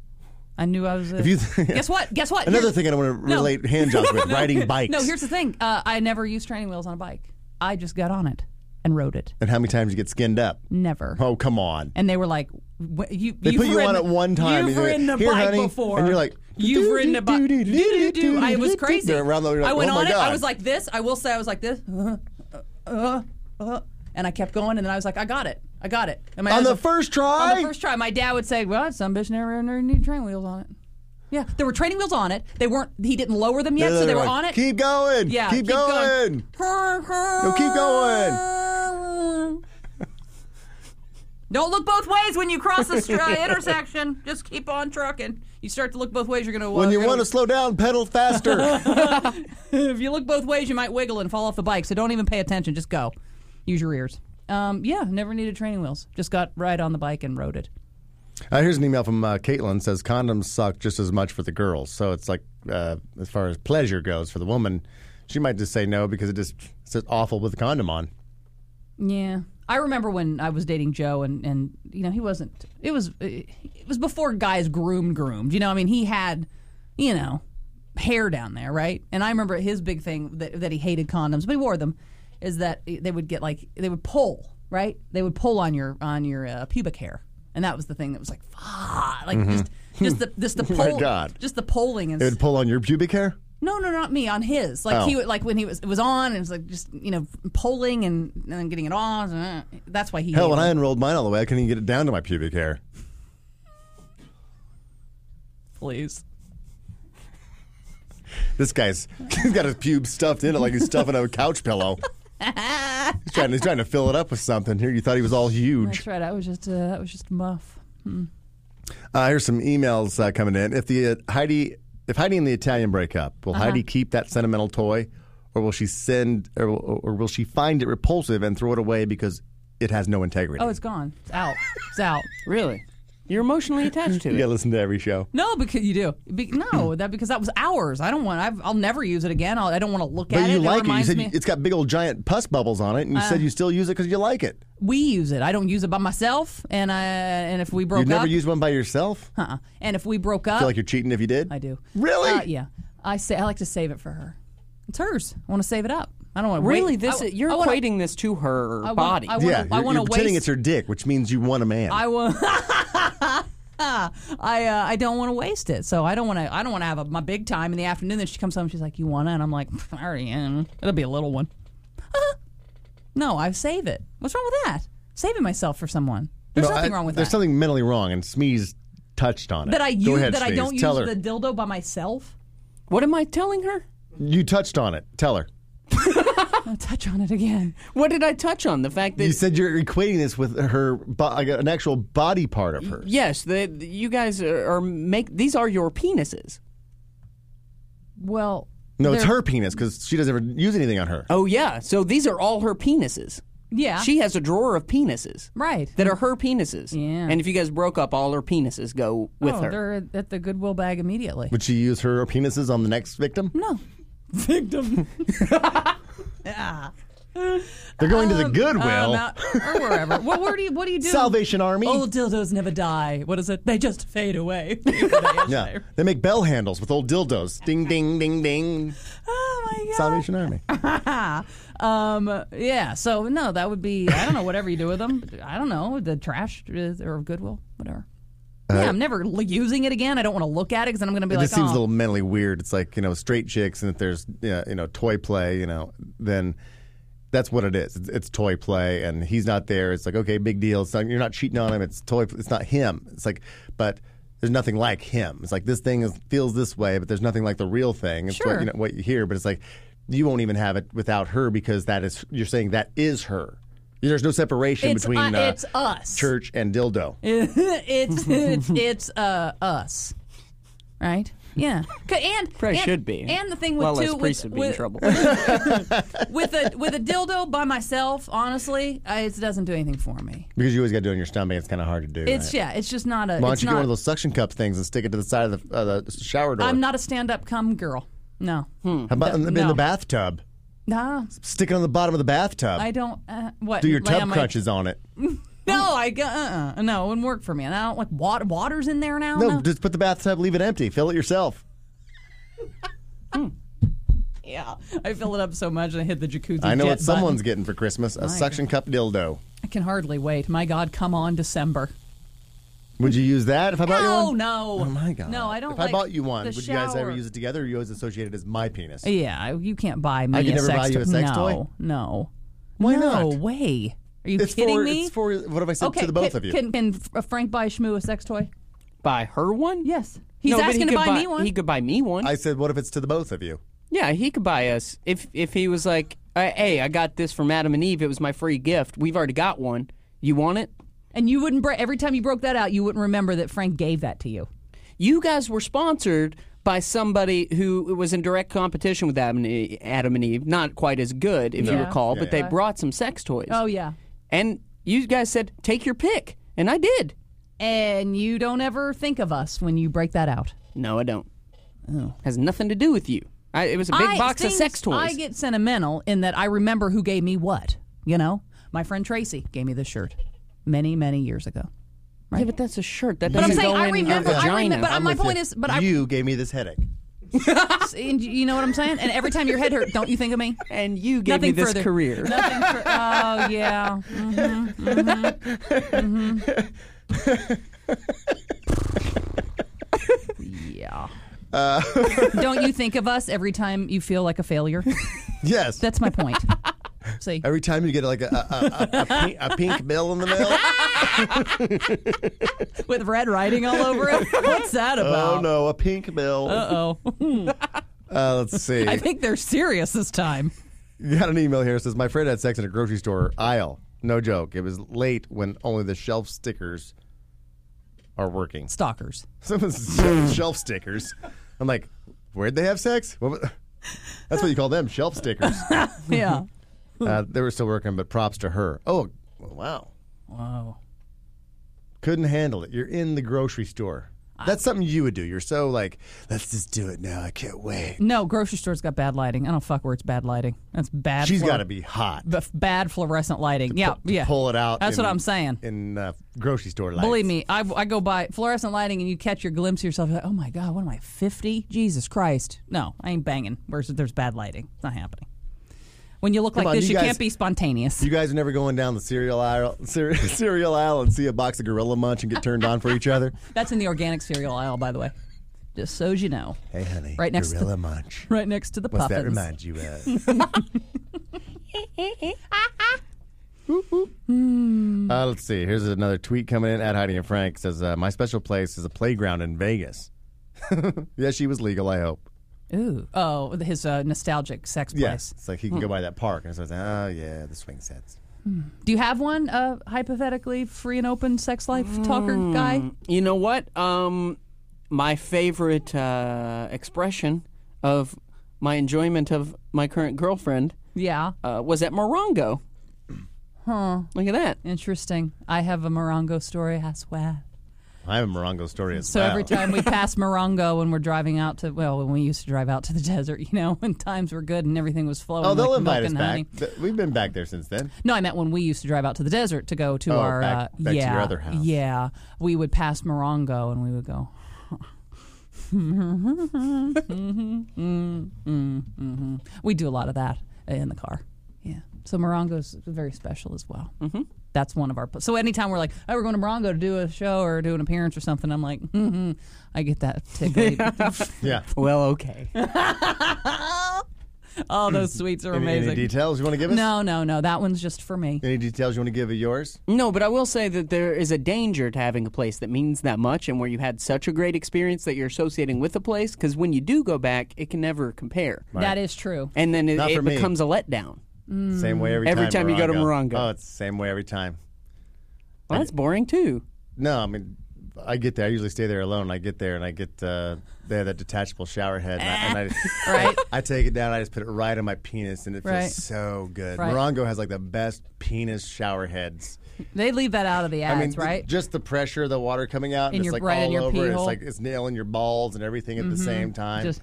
I knew I was. Uh,
If you
guess what? Guess what?
Another
Here's-
thing I don't want to
No.
relate hand jobs
[laughs]
with riding bikes.
No, here's the thing. Uh, I never used training wheels on a bike. I just got on it and rode it.
and how many times you get skinned up?
Never.
Oh, come on.
and they were like, "W- "You
They
you've
put you on
ridden-
at one time. and
You've
you're
ridden a
like, Here,
bike
honey.
before,
And you're like,
you've
"Doo,
ridden
doo,
a bike.
doo, doo, doo, doo, doo,
I
doo,
was
doo."
crazy.
They're around the- you're
I
like,
went
"Oh my
on it. I
God."
was like this. I will say, I was like this, uh, uh, uh, and I kept going. And then I was like, I got it. I got it. And my
On
dad
the
was like-
first
on the
try?
first try, my dad would say, "Well, some bitch never, never need training wheels on it." Yeah, there were training wheels on it. They weren't. He didn't lower them yet, so they were
Like,
on it.
Keep going.
yeah,
Keep, going.
No,
keep
going. [laughs] Don't look both ways when you cross the str- uh, intersection. Just keep on trucking. You start to look both ways, you're gonna. uh,
When you
you're
want
gonna-
to slow down, pedal
[laughs]
faster.
if you look both ways, you might wiggle and fall off the bike. So don't even pay attention. Just go. Use your ears. Um, yeah, never needed training wheels. Just got right on the bike and rode it.
Uh, here's an email from uh, Caitlin says condoms suck just as much for the girls. So it's like uh, as far as pleasure goes for the woman, she might just say no because it just it's just awful with the condom on.
Yeah. I remember when I was dating Joe, and, and you know he wasn't. It was it was before guys groomed groomed. You know, I mean he had, you know, hair down there, right? And I remember his big thing that that he hated condoms, but he wore them, is that they would get like they would pull, right? They would pull on your on your uh, pubic hair, and that was the thing that was like, fuck, like just just the just the
Mm-hmm. [laughs] my
pull,
God.
just the polling and
It would pull on your pubic hair.
no, no, not me. On his, like
Oh.
he would, like when he was it was on, and it was like just you know polling and, and then getting it off. uh, That's why he.
Hell, when I
hated
unrolled mine all the way, I couldn't even get it down to my pubic hair.
it. please.
This guy's [laughs] he's got his pubes stuffed in it like he's stuffing a couch pillow. he's trying he's trying to fill it up with something. Here, you thought he was all huge.
That's right. I was just uh, that was just a muff. Hmm.
Uh, here's some emails uh, coming in. If the uh, Heidi if Heidi and the Italian break up,
Uh-huh.
will Heidi keep that sentimental toy, or will she send, or, or will she find it repulsive and throw it away because it has no integrity?
Oh, it's gone. It's out. It's out.
Really? You're emotionally attached to
you
it.
gotta listen to every show.
No, because you do. Be-
Hmm.
no, that because that was ours. I don't want. I've, I'll never use it again. I'll, I don't want to look
But
at
you
it. it
like it. You
reminds
said
me. Uh.
you- it's got big old giant pus bubbles on it, and you said you still use it because you like it.
we use it. I don't use it by myself. And I, and if we broke
You'd never
up,
use one by yourself.
uh-uh. and if we broke up,
Feel like you're cheating if you did.
I do.
Really?
Uh, yeah. I say I like to save it for her. It's hers. I want to save it up. I don't want to
Really,
Wait.
this
I-
you're
I wanna-
equating this to her
I wanna-
body.
I
Yeah,
wanna- I
you're,
want
you're
to
pretending
waste.
it's your dick, which means you want a man.
I want. [laughs] I uh, I don't want to waste it, so I don't want to. I don't want to have a, my big time in the afternoon. Then she comes home, she's like, "You want it?" And I'm like, "I already am. It'll be a little one." [laughs] no, I save it. What's wrong with that? Saving myself for someone. There's
No,
nothing
I-
wrong with
there's
that.
something mentally wrong, and Smee's touched on it.
that I
Go
use
ahead,
that I
Smeeze.
don't use
Tell her.
the dildo by myself.
what am I telling her?
You touched on it. Tell her.
I'll touch on it again.
What did I touch on? The fact that
You said you're equating this with her, bo- like an actual body part of hers.
yes, that you guys are, are make these are your penises.
Well,
No, it's
they're-
her penis because she doesn't ever use anything on her.
Oh yeah, so these are all her penises.
Yeah,
She has a drawer of penises
right.
that are her penises.
Yeah.
And if you guys broke up, all her penises go with
oh,
her.
they're at the Goodwill bag immediately.
Would she use her penises on the next victim?
no, [laughs] victim.
They're going to the Goodwill.
Um, out- or wherever. What where do you what do you do?
Salvation Army.
Old dildos never die. What is it? They just fade
[laughs]
away.
Oh, yeah, they make bell handles with old dildos. Ding, ding, ding, ding.
[laughs] Oh my god.
Salvation Army.
Um. Yeah. So no, that would be I don't know whatever you do with them. I don't know the trash is- or Goodwill, whatever. yeah, I'm never l- using it again. I don't want to look at it because then I'm going to be
Uh, It
like,
just seems
oh,
a little mentally weird. It's like you know, straight chicks, and if there's yeah, you know, toy play, you know, then that's what it is. It's, it's toy play, and he's not there. It's like okay, big deal. It's not, you're not cheating on him. It's toy. It's not him. It's like, but there's nothing like him. It's like this thing is, feels this way, but there's nothing like the real thing. It's what,
Sure.
you know, what you hear, but it's like you won't even have it without her because that is you're saying that is her. There's no separation
It's,
between
uh, it's us.
church and dildo.
[laughs] it's it's it's uh us, right? Yeah. 'Kay, And
Probably
and-
should be.
And the thing with
well,
two
Les Priest
with,
would be in
with, [laughs]
trouble.
with a with a dildo by myself, honestly, I, it doesn't do anything for me.
Because you always got to do it on your stomach. It's kind of hard to do.
It's
right?
yeah, it's just not a.
Why
it's
don't you
not-
get one of those suction cup things and stick it to the side of the, uh, the shower door?
I'm not a stand-up cum girl. No,
How about in, the, in
no.
the bathtub?
nah,
Stick it on the bottom of the bathtub.
I don't. Uh, what
do your
lay on
tub
my-
crunches on it.
No, I go. Uh, uh, no, it wouldn't work for me. And I don't like water. Water's in there now.
No, just put the bathtub, leave it empty, fill it yourself.
yeah, I fill it up so much and I hit the jacuzzi.
I know
jet
what someone's
button.
getting for Christmas a suction cup dildo.
I can hardly wait. My God, come on, December.
Would you use that if I bought you
No,
one?
no.
Oh my god!
No, I don't.
If
like
I bought you one,
the
would you guys ever
shower.
use it together? Or you always associate it as my penis?
Yeah, you can't buy me.
I could
a
never
sex
buy you a
toy.
sex
no,
toy?
No.
Why
no
not?
way. Are you
It's
kidding
for
me?
it's for what have I said
okay,
to the both
can,
of you?
Can, can F- Frank buy Shmoo a sex toy?
buy her one?
Yes. He's
No, but
asking
he
to
could
buy, me one.
He could buy me one.
I said, what if it's to the both of you?
yeah, he could buy us if if he was like, uh, "Hey, I got this from Adam and Eve. It was my free gift. We've already got one. You want it?"
and you wouldn't, bra- every time you broke that out, you wouldn't remember that Frank gave that to you.
You guys were sponsored by somebody who was in direct competition with Adam and E- Adam and Eve. Not quite as good, if you
Yeah.
recall, but they
yeah.
brought some sex toys.
Oh, yeah.
And you guys said, "Take your pick," and I did.
And you don't ever think of us when you break that out.
No, I don't. Has nothing to do with you. I, it was a big
I-
box of
things-
sex toys.
I get sentimental in that I remember who gave me what. You know, my friend Tracy gave me this shirt many, many years ago.
[laughs] Yeah, but that's a shirt. That
But I'm
doesn't
saying
go
I
in your
remember. I
vagina.
remember. But
I'm
my
with
point
you.
is, but I,
you gave me this headache.
and you know what I'm saying. And every time your head hurt, don't you think of me?
and you gave
Nothing
me this
further.
career.
Nothing for, oh yeah. hmm
Mm-hmm. Mm-hmm.
yeah. Don't you think of us every time you feel like a failure?
Yes.
That's my point. See,
Every time you get like a a,
[laughs]
a, a, pink, a pink bill in the mail. Oh,
with red writing all over it. What's that about?
Oh no, a pink bill.
Uh oh.
Uh, let's see.
I think they're serious this time.
You got an email here. It says my friend had sex in a grocery store aisle. No joke. It was late when only the shelf stickers are working. [laughs]
Stalkers.
Someone's shelf stickers. I'm like, Where'd they have sex? What was, [laughs] that's what you call them, shelf
[laughs]
stickers.
Yeah.
uh, they were still working, but props to her. Oh, wow.
Wow.
Couldn't handle it. You're in the grocery store. That's something you would do. You're so like, let's just do it now. I can't wait.
No, grocery store's got bad lighting. I don't fuck where it's bad lighting. That's bad.
She's
fluor-
got to be hot.
b- bad fluorescent lighting. yeah,
to
yeah.
pull it out.
That's
in-
what I'm saying.
In uh, grocery store lights.
Believe me, I, I go by fluorescent lighting and you catch your glimpse of yourself. You're like, oh my God, what am I, 50? Jesus Christ. No, I ain't banging. Where's there's bad lighting? It's not happening. When you look like
on,
this,
you
you,
guys-
can't be spontaneous.
You guys are never going down the cereal aisle, cere- [laughs] cereal aisle and see a box of Gorilla Munch and get turned on for each
[laughs]
other.
That's in the organic cereal aisle, by the way. Just so as you know.
Hey, honey.
Right next to-
Gorilla Munch.
Right next to the
What's
[laughs] puffins.
that remind you of? [laughs]
[laughs]
uh, let's see. Here's another tweet coming in at Heidi and Frank says, uh, "My special place is a playground in Vegas." [laughs] yeah, she was legal. I hope.
Ooh. Oh, his uh, nostalgic sex place.
Yes, it's like he can go by that park and says, "Oh yeah, the swing sets."
Do you have one, uh, hypothetically free and open sex life talker
Mm.
guy?
You know what? Um, my favorite uh, expression of my enjoyment of my current girlfriend
Yeah.
uh, was at Morongo. Huh. Look at that.
Interesting. I have a Morongo story, I swear.
I have a Morongo story as
So
well.
every
[laughs]
time we pass Morongo when we're driving out to, well, when we used to drive out to the [laughs] desert, you know, when times were good and everything was flowing.
Oh, they'll
like
invite
milk
us
and
back.
honey.
Th- We've been back there since
[laughs]
then.
No, I meant when we used to drive out to the desert to go to
Oh,
our
back-
uh,
back to your
yeah,
other house.
yeah. We would pass Morongo and we would go. [laughs] we do a lot of that in the car. Yeah. So Morongo's very special as well. Mm-hmm. That's one of our. So anytime we're like, oh, we're going to Morongo to do a show or do an appearance or something, I'm like, mm-hmm. I get that tickly.
[laughs]
[laughs]
Yeah.
Well, okay.
oh, those sweets are
Any- Any,
amazing.
details you want to give us?
No, no, no. That one's just for me.
Any details you want to give of yours?
No, but I will say that there is a danger to having a place that means that much and where you had such a great experience that you're associating with a place because when you do go back, it can never compare.
That is true.
And then it,
Not for
it
me.
becomes a letdown.
Same way every,
Every
time.
time you go to Morongo.
Oh, it's the same way every time.
Well, that's boring too.
No, I mean, I get there. I usually stay there alone. I get there and I get uh, they have that detachable shower head, and
[laughs]
I, and I [laughs]
Right.
I take it down. I just put it right on my penis, and it feels
Right.
so good.
Right.
Morongo has like the best penis shower heads.
They leave that out of the
I
ads,
mean, th-
right?
just the pressure of the water coming out, and
In
it's
your-
like
right in
all
your pee
over. and It's
hole. Mm-hmm.
like it's nailing your balls and everything at the same time.
Just-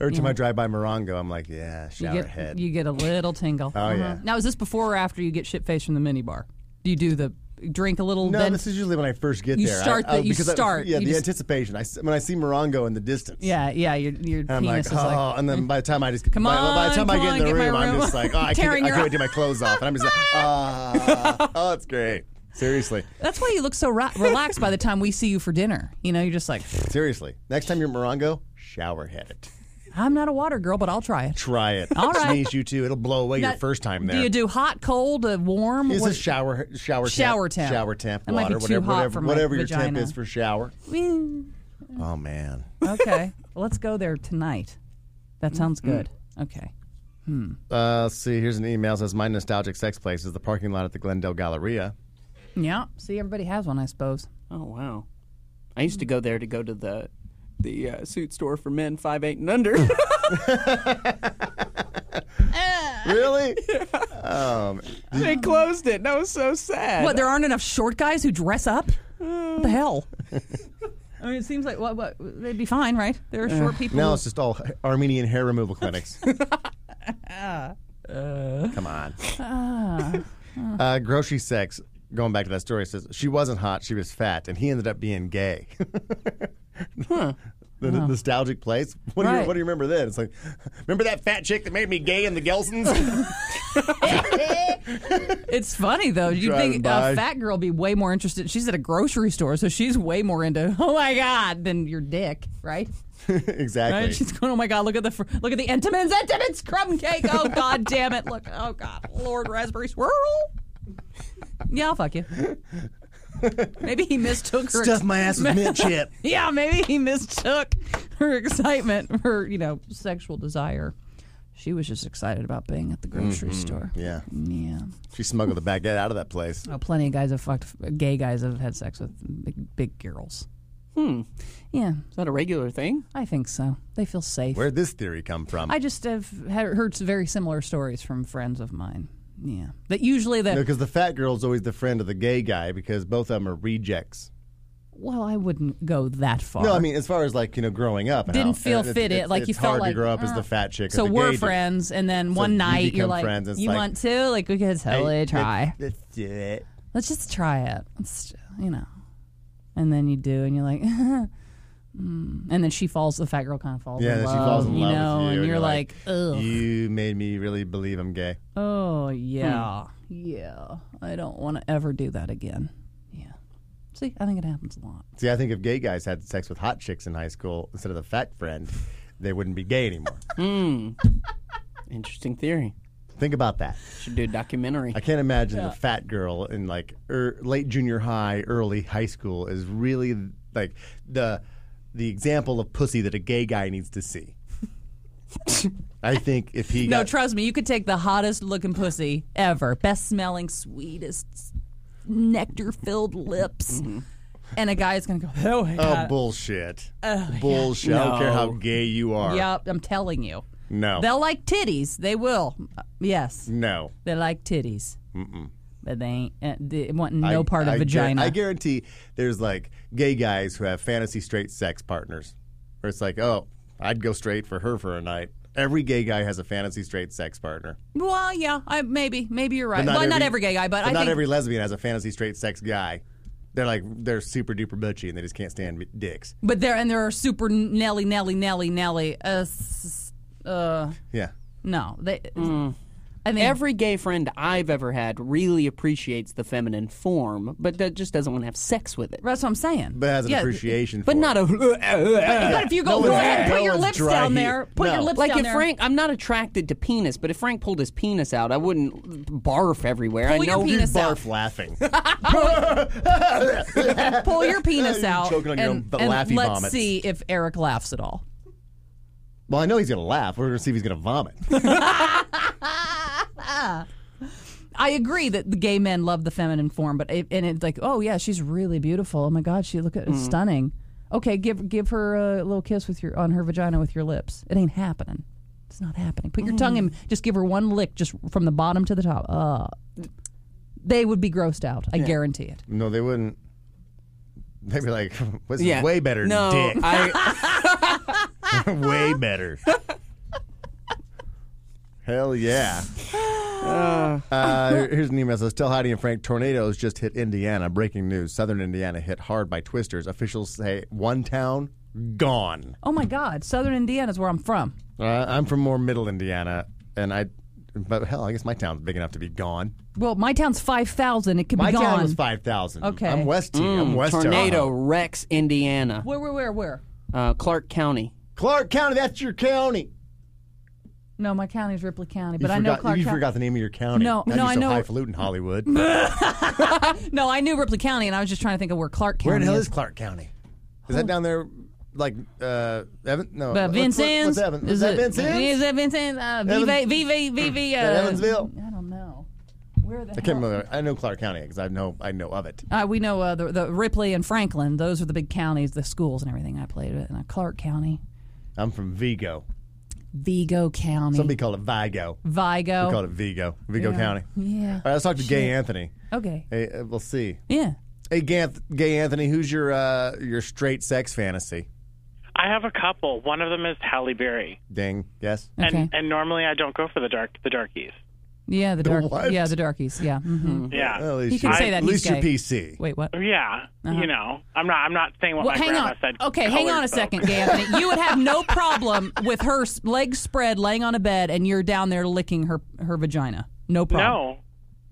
Every time I drive by Morongo, I'm like, yeah,
You
shower
get,
head.
you get a little tingle. Uh-huh.
Oh, yeah.
Now, is this before or after you get shit faced from the minibar? Do you do the drink a little?
No,
then,
this is usually when I first get
You
there. I-
start the-
I-
you
because I-
start.
yeah,
You
the
just-
anticipation. I, s- when I see Morongo in the distance.
yeah, yeah. Your your
And I'm
penis
like,
is like. "Mm,
oh, and then by the time I just
Come
by, by the
on,
time I get in
come on,
the
get my
room, I'm
room.
just
[laughs]
like, oh, I can't,
Tearing
I
your-
can't wait to get my clothes off, and I'm just like, ah, oh, it's great. Seriously,
That's why you look
[laughs]
so ra- relaxed by the time we see you for dinner. You know, you're just like,
seriously. Next time you're at Morongo, shower head it.
I'm not a water girl, but I'll try it.
Try it.
All right.
Sneeze you too. It'll blow away your
That-
first time there.
Do you do hot, cold, uh, warm?
It's
What-
a
[laughs]
shower shower temp,
Shower temp.
shower temp
That might
water
be too
whatever
hot
whatever,
for my
whatever your temp
vagina.
is for shower.
Mm,
Oh man,
okay, let's go there tonight. That sounds
Mm-hmm.
good. Okay.
uh, let's see. Here's an email says my nostalgic sex place is the parking lot at the Glendale
[laughs]
Galleria.
Yeah. See, everybody has one, I suppose.
Oh wow. I used to go there to go to the the uh, suit store for men five eight
[laughs]
and under.
Really?
they closed it. and I was so sad.
What? There aren't enough short guys who dress up? What the hell? [laughs] I mean, it seems like what, what they'd be fine, right? There are short people.
now
who-
it's just all Armenian hair removal
[laughs]
clinics.
Uh.
Come on.
Ah.
Uh, grocery sex. Going back to that story, it says she wasn't hot. She was fat, and he ended up being gay. [laughs] The the nostalgic place. What, do you,
Right.
what do you remember then? It's like, remember that fat chick that made me gay in the Gelsons?
[laughs] [laughs] it's funny though. You'd
Driving
think
by.
a fat girl would be way more interested. She's at a grocery store, so she's way more into oh my god than your dick, right?
exactly.
Right? She's going, oh my god, look at the fr- look at the Entenmann's Entenmann's crumb cake.
[laughs]
Oh god damn it! Look, oh god, Lord raspberry swirl. Yeah, I'll fuck you. Maybe he mistook her.
Stuff my ass with mint
[laughs]
chip.
Yeah, maybe he mistook her excitement for, you know, sexual desire. She was just excited about being at the grocery store.
Mm-hmm. Yeah,
Yeah.
she smuggled the baguette out of that place.
Oh, plenty of guys have fucked, gay guys have had sex with big, big girls.
Hmm.
Yeah,
Is that a regular thing?
I think so. They feel safe.
Where'd this theory come from?
I just have he- heard some very similar stories from friends of mine. Yeah, that usually that.
Because the fat girl's always the friend of the gay guy because both of them are rejects.
well, I wouldn't go that far.
No, I mean as far as like you know, growing up, and
Didn't
how-
feel
it's-
fit.
It's,
It like you
it's
felt
hard
like
to grow up as
"Ah."
the fat chick.
So
as the
we're
gay dude.
friends, and then
you
one night you're
become
like,
friends, it's
"You
like,
want to?" Like we could
Hey,
totally
let's-
try.
Let's do it.
Let's just try it. Let's you know, and then you do, and you're like, [laughs] mm. and then she falls. The fat girl kind of falls.
Yeah,
in
then she
love,
falls in
you
love
know,
with you,
and you're like,
"Hmm."
ugh.
You made me really believe I'm gay.
Oh yeah, yeah. I don't want to ever do that again. Yeah. See, I think it happens a lot.
See, I think if gay guys had sex with hot chicks in high school instead of the fat friend, they wouldn't be gay anymore.
Interesting theory.
Think about that.
Should do a documentary.
I can't imagine the fat girl in like er, late junior high, early high school is really like the the example of pussy that a gay guy needs to
[laughs]
see. I think if he
No,
got,
trust me, you could take the hottest looking pussy ever, best smelling, sweetest, nectar filled lips, and a guy is gonna go, "Oh,
Mm-hmm. oh bullshit, bullshit. I don't care how
No.
gay you are.
yep, I'm telling you,
No, Mm.
they'll like titties. They will. Uh, Yes,
no.
they like titties. Mm-mm. But they ain't uh, they want no
I-
part of
I guar-
vagina.
I guarantee there's like gay guys who have fantasy straight sex partners, where it's like, oh, I'd go straight for her for a night. Every gay guy has a fantasy straight sex partner.
well, yeah, I, maybe, maybe you're right.
But not
well, not
every-
every gay guy, but,
But
I
not
think
every lesbian has a fantasy straight sex guy. They're like they're super duper butchy and they just can't stand dicks.
But there and there are super Nelly Nelly Nelly Nelly. Uh, s- uh
Yeah,
no, they.
Mm.
I mean,
Every gay friend I've ever had really appreciates the feminine form, but that just doesn't want to have sex with it.
that's what I'm saying.
but has an
Yeah,
appreciation.
But
for
not
it.
a.
But if you go,
No
go
one's-
ahead and
no
put your
one's
lips
dry
down
heat.
there. Put your
No.
lips
[laughs] Like
down
if
there.
Frank, I'm not attracted to penis, but if Frank pulled his penis out, I wouldn't barf everywhere.
Pull
I
your
know
penis out.
barf laughing. [laughs]
pull your penis
[laughs] You're
out
choking on
and,
your own b-
and
laffy
let's
vomits.
see if Eric laughs at all.
well, I know he's gonna laugh. We're gonna see if he's gonna
[laughs]
vomit.
I agree that the gay men love the feminine form, but it, and it's like, oh yeah, she's really beautiful. Oh my god, she look at
Mm.
stunning. Okay, give give her a little kiss with your on her vagina with your lips. It ain't happening. It's not happening. Put your tongue in.
Mm.
Just give her one lick, just from the bottom to the top. Uh, they would be grossed out. I guarantee it.
no, they wouldn't. They'd be like, [laughs] "This is
Yeah.
way better, than
No,
dick. [laughs]
I,
[laughs]
way better. [laughs] Hell
[sighs]
yeah. Uh, here's an email that says Tell Heidi and Frank tornadoes just hit Indiana. Breaking news Southern Indiana hit hard by twisters. Officials say one town gone.
Oh my god, Southern Indiana is where I'm from.
Uh, I'm from more middle Indiana, and I, but hell, I guess my town's big enough to be gone.
Well, my town's five thousand. It could
My
be gone.
town was 5,000.
Okay.
I'm West T. I'm West
Mm, tornado
Tahoe.
wrecks Indiana,
where, where, where, where?
uh, Clark County.
Clark County, that's your county.
No, my county's Ripley County,
You
but I know
forgot,
Clark
You
County.
forgot the name of your county.
No,
Now
no,
you're
I
so
know-
highfalutin
[laughs]
Hollywood.
No, I knew Ripley County, and I was just trying to think of where Clark County
Where the hell is Clark County? Is that down there, like uh, Evan? No,
But
what's-
Vincent's?
What's, what's Evan? Is,
Is
that
it-
Vincent's?
Is that Vincent's? Uh,
Evan-
VV, VV, VV. Uh,
Evansville?
I don't know. Where the
I can't remember. I know Clark County because I know I know of it.
Uh, we know uh, the, the Ripley and Franklin. Those are the big counties, the schools and everything I played at. And uh, Clark County,
I'm from Vigo.
Vigo County,
Somebody called it Vigo. We Uh, called it
Vigo.
Vigo. Vigo
Yeah.
County.
Yeah.
All right, let's talk to Gay Anthony.
Okay.
Hey, uh, we'll see.
Yeah.
Hey, Ganth- Gay Anthony, who's your uh, your straight sex fantasy?
I have a couple. One of them is Halle Berry,
Ding. Yes.
and
Okay.
and normally I don't go for the dark the darkies.
Yeah. The dark.
what?
Yeah. The darkies. Yeah. hmm
Yeah,
Well, at least
He can
you're-
say that
At
he's
least you're
gay.
PC.
Wait. What?
yeah. You know, I'm not I'm not saying what
Uh-huh. Well,
my
hang
grandma
on.
said.
Okay, hang
colored
on a
folk.
second, Gay Anthony. You would have
[laughs]
no problem with her s- legs spread, laying on a bed, and you're down there licking her her vagina. No problem.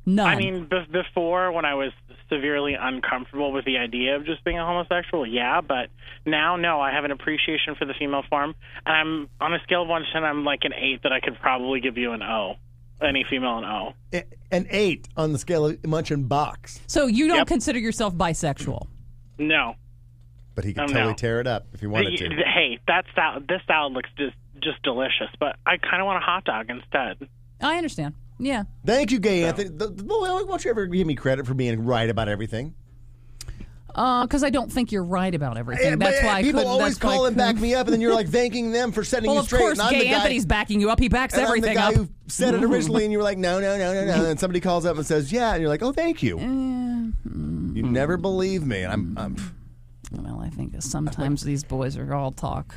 No,
No.
I mean b- before when I was severely uncomfortable with the idea of just being a homosexual, yeah, but now no, I have an appreciation for the female form, and I'm on a scale of one to ten, I'm like an eight that I could probably give you an O, any female an O.
A- An eight on the scale of Munch and Box,
So you don't
Yep.
consider yourself bisexual.
No,
but he could
Um, no.
totally tear it up if he wanted to.
Th- hey, that salad, this salad looks just just delicious, but I kind of want a hot dog instead.
I understand. Yeah.
Thank you, Gay Anthony. The, the, the- why don't you ever give me credit for being right about everything?
Because Uh, I don't think you're right about everything.
Yeah,
that's
but, uh,
why I
people
couldn't-
always
that's why I
call and back
couldn't-
me up, and then you're
[laughs]
like thanking them for setting
Well,
you
of
straight.
course,
and I'm the
Gay
guy-
Anthony's backing you up. He backs
and I'm
everything
the guy
up.
who said it originally, and you were like, no, no, no, no,
[laughs]
no. And then somebody calls up and says, yeah, and you're like, oh, thank you.
Mm-hmm.
You never believe me, and I'm. I'm
well, I think sometimes these boys are all talk.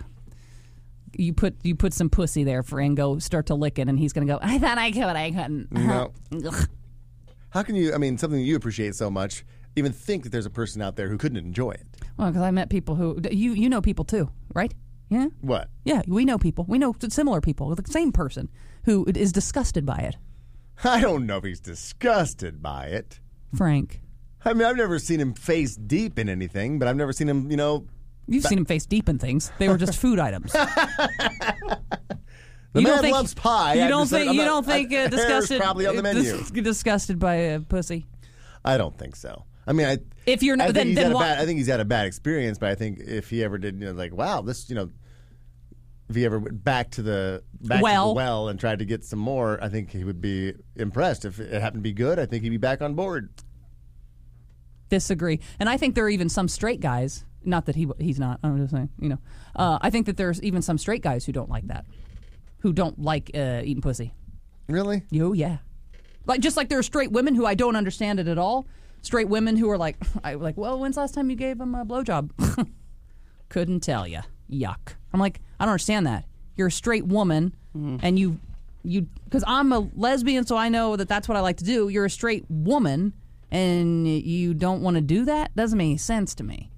You put you put some pussy there for Ingo, start to lick it, and he's gonna go. I thought I could, I couldn't.
No.
[laughs] Ugh.
How can you? I mean, something you appreciate so much, even think that there's a person out there who couldn't enjoy it.
Well, because I met people who you you know people too, right? Yeah.
What? [laughs]
Yeah, we know people. We know similar people, the same person who is disgusted by it.
I don't know if he's disgusted by it.
Frank.
I mean, I've never seen him face deep in anything, but I've never seen him, you know.
You've seen him face deep in things. They were just
[laughs]
food items.
The
You don't
man
think-
loves pie.
You
I
don't
just-
think
I'm
you
not- [laughs]
don't think uh,
hair's
disgusted
probably on the
uh,
menu.
dis- disgusted by uh, pussy.
I don't think so. I mean, I
If you're
I
not-
think
then-
he's
then
had a
why-
bad, uh, I think he's had a bad experience. But I think if he ever did, you know, like wow, this, you know, if he ever went back to the back to
Well.
the well and tried to get some more, I think he would be impressed. If it happened to be good, I think he'd be back on board.
Disagree. And I think there are even some straight guys. Not that he he's not. I'm just saying. You know, uh, I think that there's even some straight guys who don't like that, who don't like uh, eating pussy.
Really?
You yeah. Like just like there are straight women who I don't understand it at all. Straight women who are like, [laughs] I like, well, when's the last time you gave him a blowjob? [laughs] Couldn't tell you. Yuck. I'm like, I don't understand that. You're a straight woman, and you, you, because I'm a lesbian, so I know that that's what I like to do. You're a straight woman, and you don't want to do that. Doesn't make any sense to me.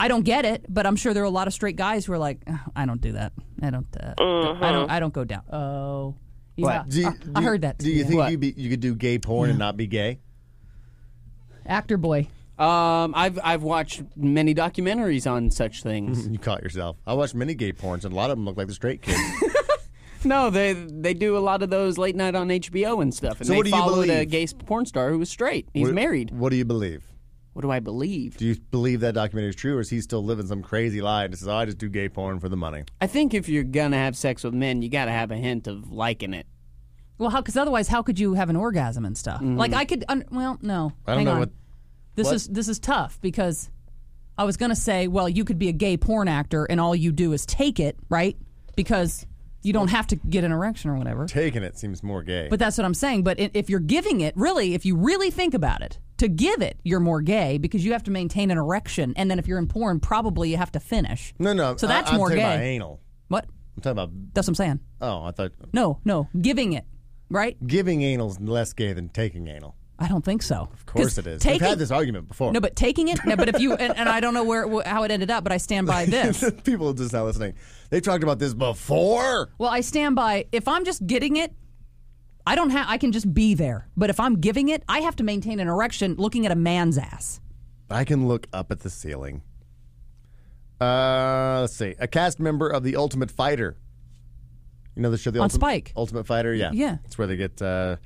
I don't get it, but I'm sure there are a lot of straight guys who are like, "Ugh, I don't do that. I don't. Uh, I don't. I don't go down. Oh, yeah.
Do you-
I, I
do you-
heard that.
Do you
too.
think you be, you could do gay porn and not be gay?
Actor boy.
Um, I've I've watched many documentaries on
[laughs]
such things.
You caught yourself. I watched many gay porns, and a lot of them look like the straight
[laughs]
kids.
no, they they do a lot of those late night on HBO and stuff. And
So
they
what do you
followed a
believe?
gay s- porn star who was straight. He's
What-
married.
What do you believe?
What do I believe?
Do you believe that documentary is true, or is he still living some crazy lie and says, oh, "I just do gay porn for the money"?
I think if you're gonna have sex with men, you gotta have a hint of liking it.
Well, how? Because otherwise, how could you have an orgasm and stuff? Like I could. Un- well, no.
Mm-hmm. I don't
Hang
know
on.
what-
This
what?
is this is tough because I was gonna say, well, you could be a gay porn actor and all you do is take it, right? Because you don't have to get an erection or whatever.
Taking it seems more gay.
But that's what I'm saying. But i- if you're giving it, really, if you really think about it, to give it, you're more gay because you have to maintain an erection, and then if you're in porn, probably you have to finish.
no, no.
So
I-
that's
I'm
more
talking About
gay.
anal.
What?
I'm talking about.
That's what I'm saying.
Oh, I thought
No, no, giving it, right?
giving anal's less gay than taking anal.
I don't think so.
Of course it is. We've had this argument before.
No, but taking it. No, but if you and, and I don't know where wh- how it ended up, but I stand
[laughs]
by this.
[laughs] people are just not listening. They talked about this before.
well, I stand by if I'm just getting it, I don't have. I can just be there. But if I'm giving it, I have to maintain an erection looking at a man's ass.
I can look up at the ceiling. Uh, let's see. A cast member of The Ultimate Fighter. You know the show, The
On
Ultimate,
Spike.
Ultimate Fighter. Yeah,
Yeah.
It's where they get uh,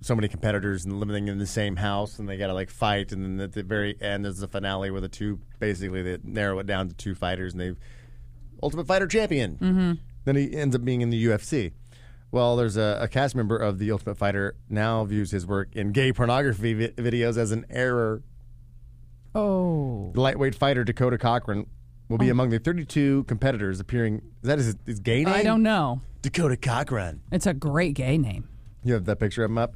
so many competitors and living in the same house, and they got to like fight, and then at the very end there's the finale where the two basically they narrow it down to two fighters, and they Ultimate Fighter champion. Mm-hmm. Then he ends up being in the UFC. Well, there's a, a cast member of The Ultimate Fighter now views his work in gay pornography vi- videos as an error
Oh, Oh.
the lightweight fighter Dakota Cochran will be among the 32 competitors appearing. Is that his, his gay name?
I don't know.
Dakota Cochran.
It's a great gay name.
You have that picture of him up.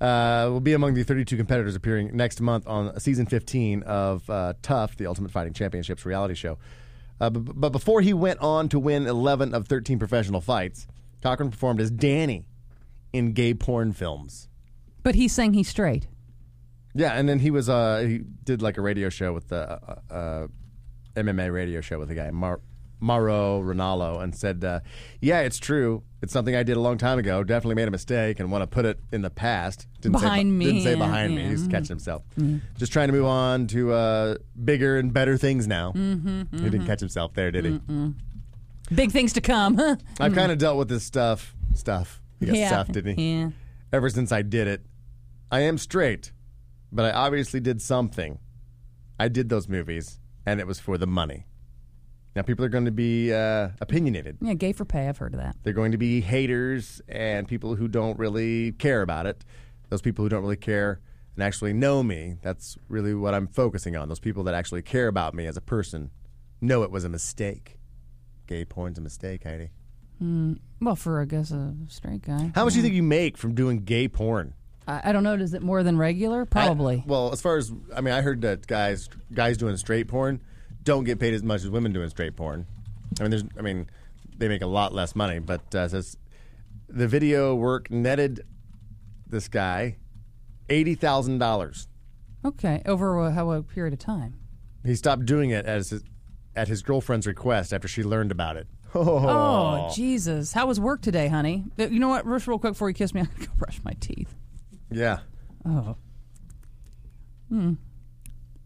Uh, will be among the 32 competitors appearing next month on season 15 of uh, Tough, the Ultimate Fighting Championships reality show. Uh, but, but before he went on to win 11 of 13 professional fights, Cochran performed as Danny in gay porn films.
But he's saying he's straight.
Yeah, and then he was uh he did like a radio show with the uh, uh, MMA radio show with a guy Mar- Mauro Ronaldo and said, uh, "Yeah, it's true. It's something I did a long time ago. Definitely made a mistake and want to put it in the past." Didn't
Behind
say,
me,
Didn't say
yeah,
behind me.
yeah. Mm-hmm.
He's catching himself. Just trying to move on to uh, bigger and better things now.
Mm-hmm,
He didn't catch himself there, did he?
Big things to come. huh?
I've kind of dealt with this stuff. Stuff. He got
yeah.
stuff, didn't he?
Yeah.
Ever since I did it, I am straight, but I obviously did something. I did those movies, and it was for the money. Now people are going to be uh, opinionated.
Yeah. Gay for pay. I've heard of that.
They're going to be haters and people who don't really care about it. Those people who don't really care and actually know me. That's really what I'm focusing on. Those people that actually care about me as a person know it was a mistake. Gay porn's a mistake, Heidi.
Mm, well, for I guess a straight guy.
How much do you think you make from doing gay porn?
I, I don't know. Is it more than regular? Probably.
I- well, as far as I mean, I heard that guys guys doing straight porn don't get paid as much as women doing straight porn. I mean, there's I mean, they make a lot less money, but uh, it says the video work netted this guy eighty thousand dollars.
okay. Over a, how a period of time.
He stopped doing it as his, at his girlfriend's request after she learned about it. [laughs]
Oh, Jesus! How was work today, honey? Uh, You know what? Rush real quick before you kiss me. [laughs] I'm gonna go brush my teeth.
yeah.
Oh. Hmm.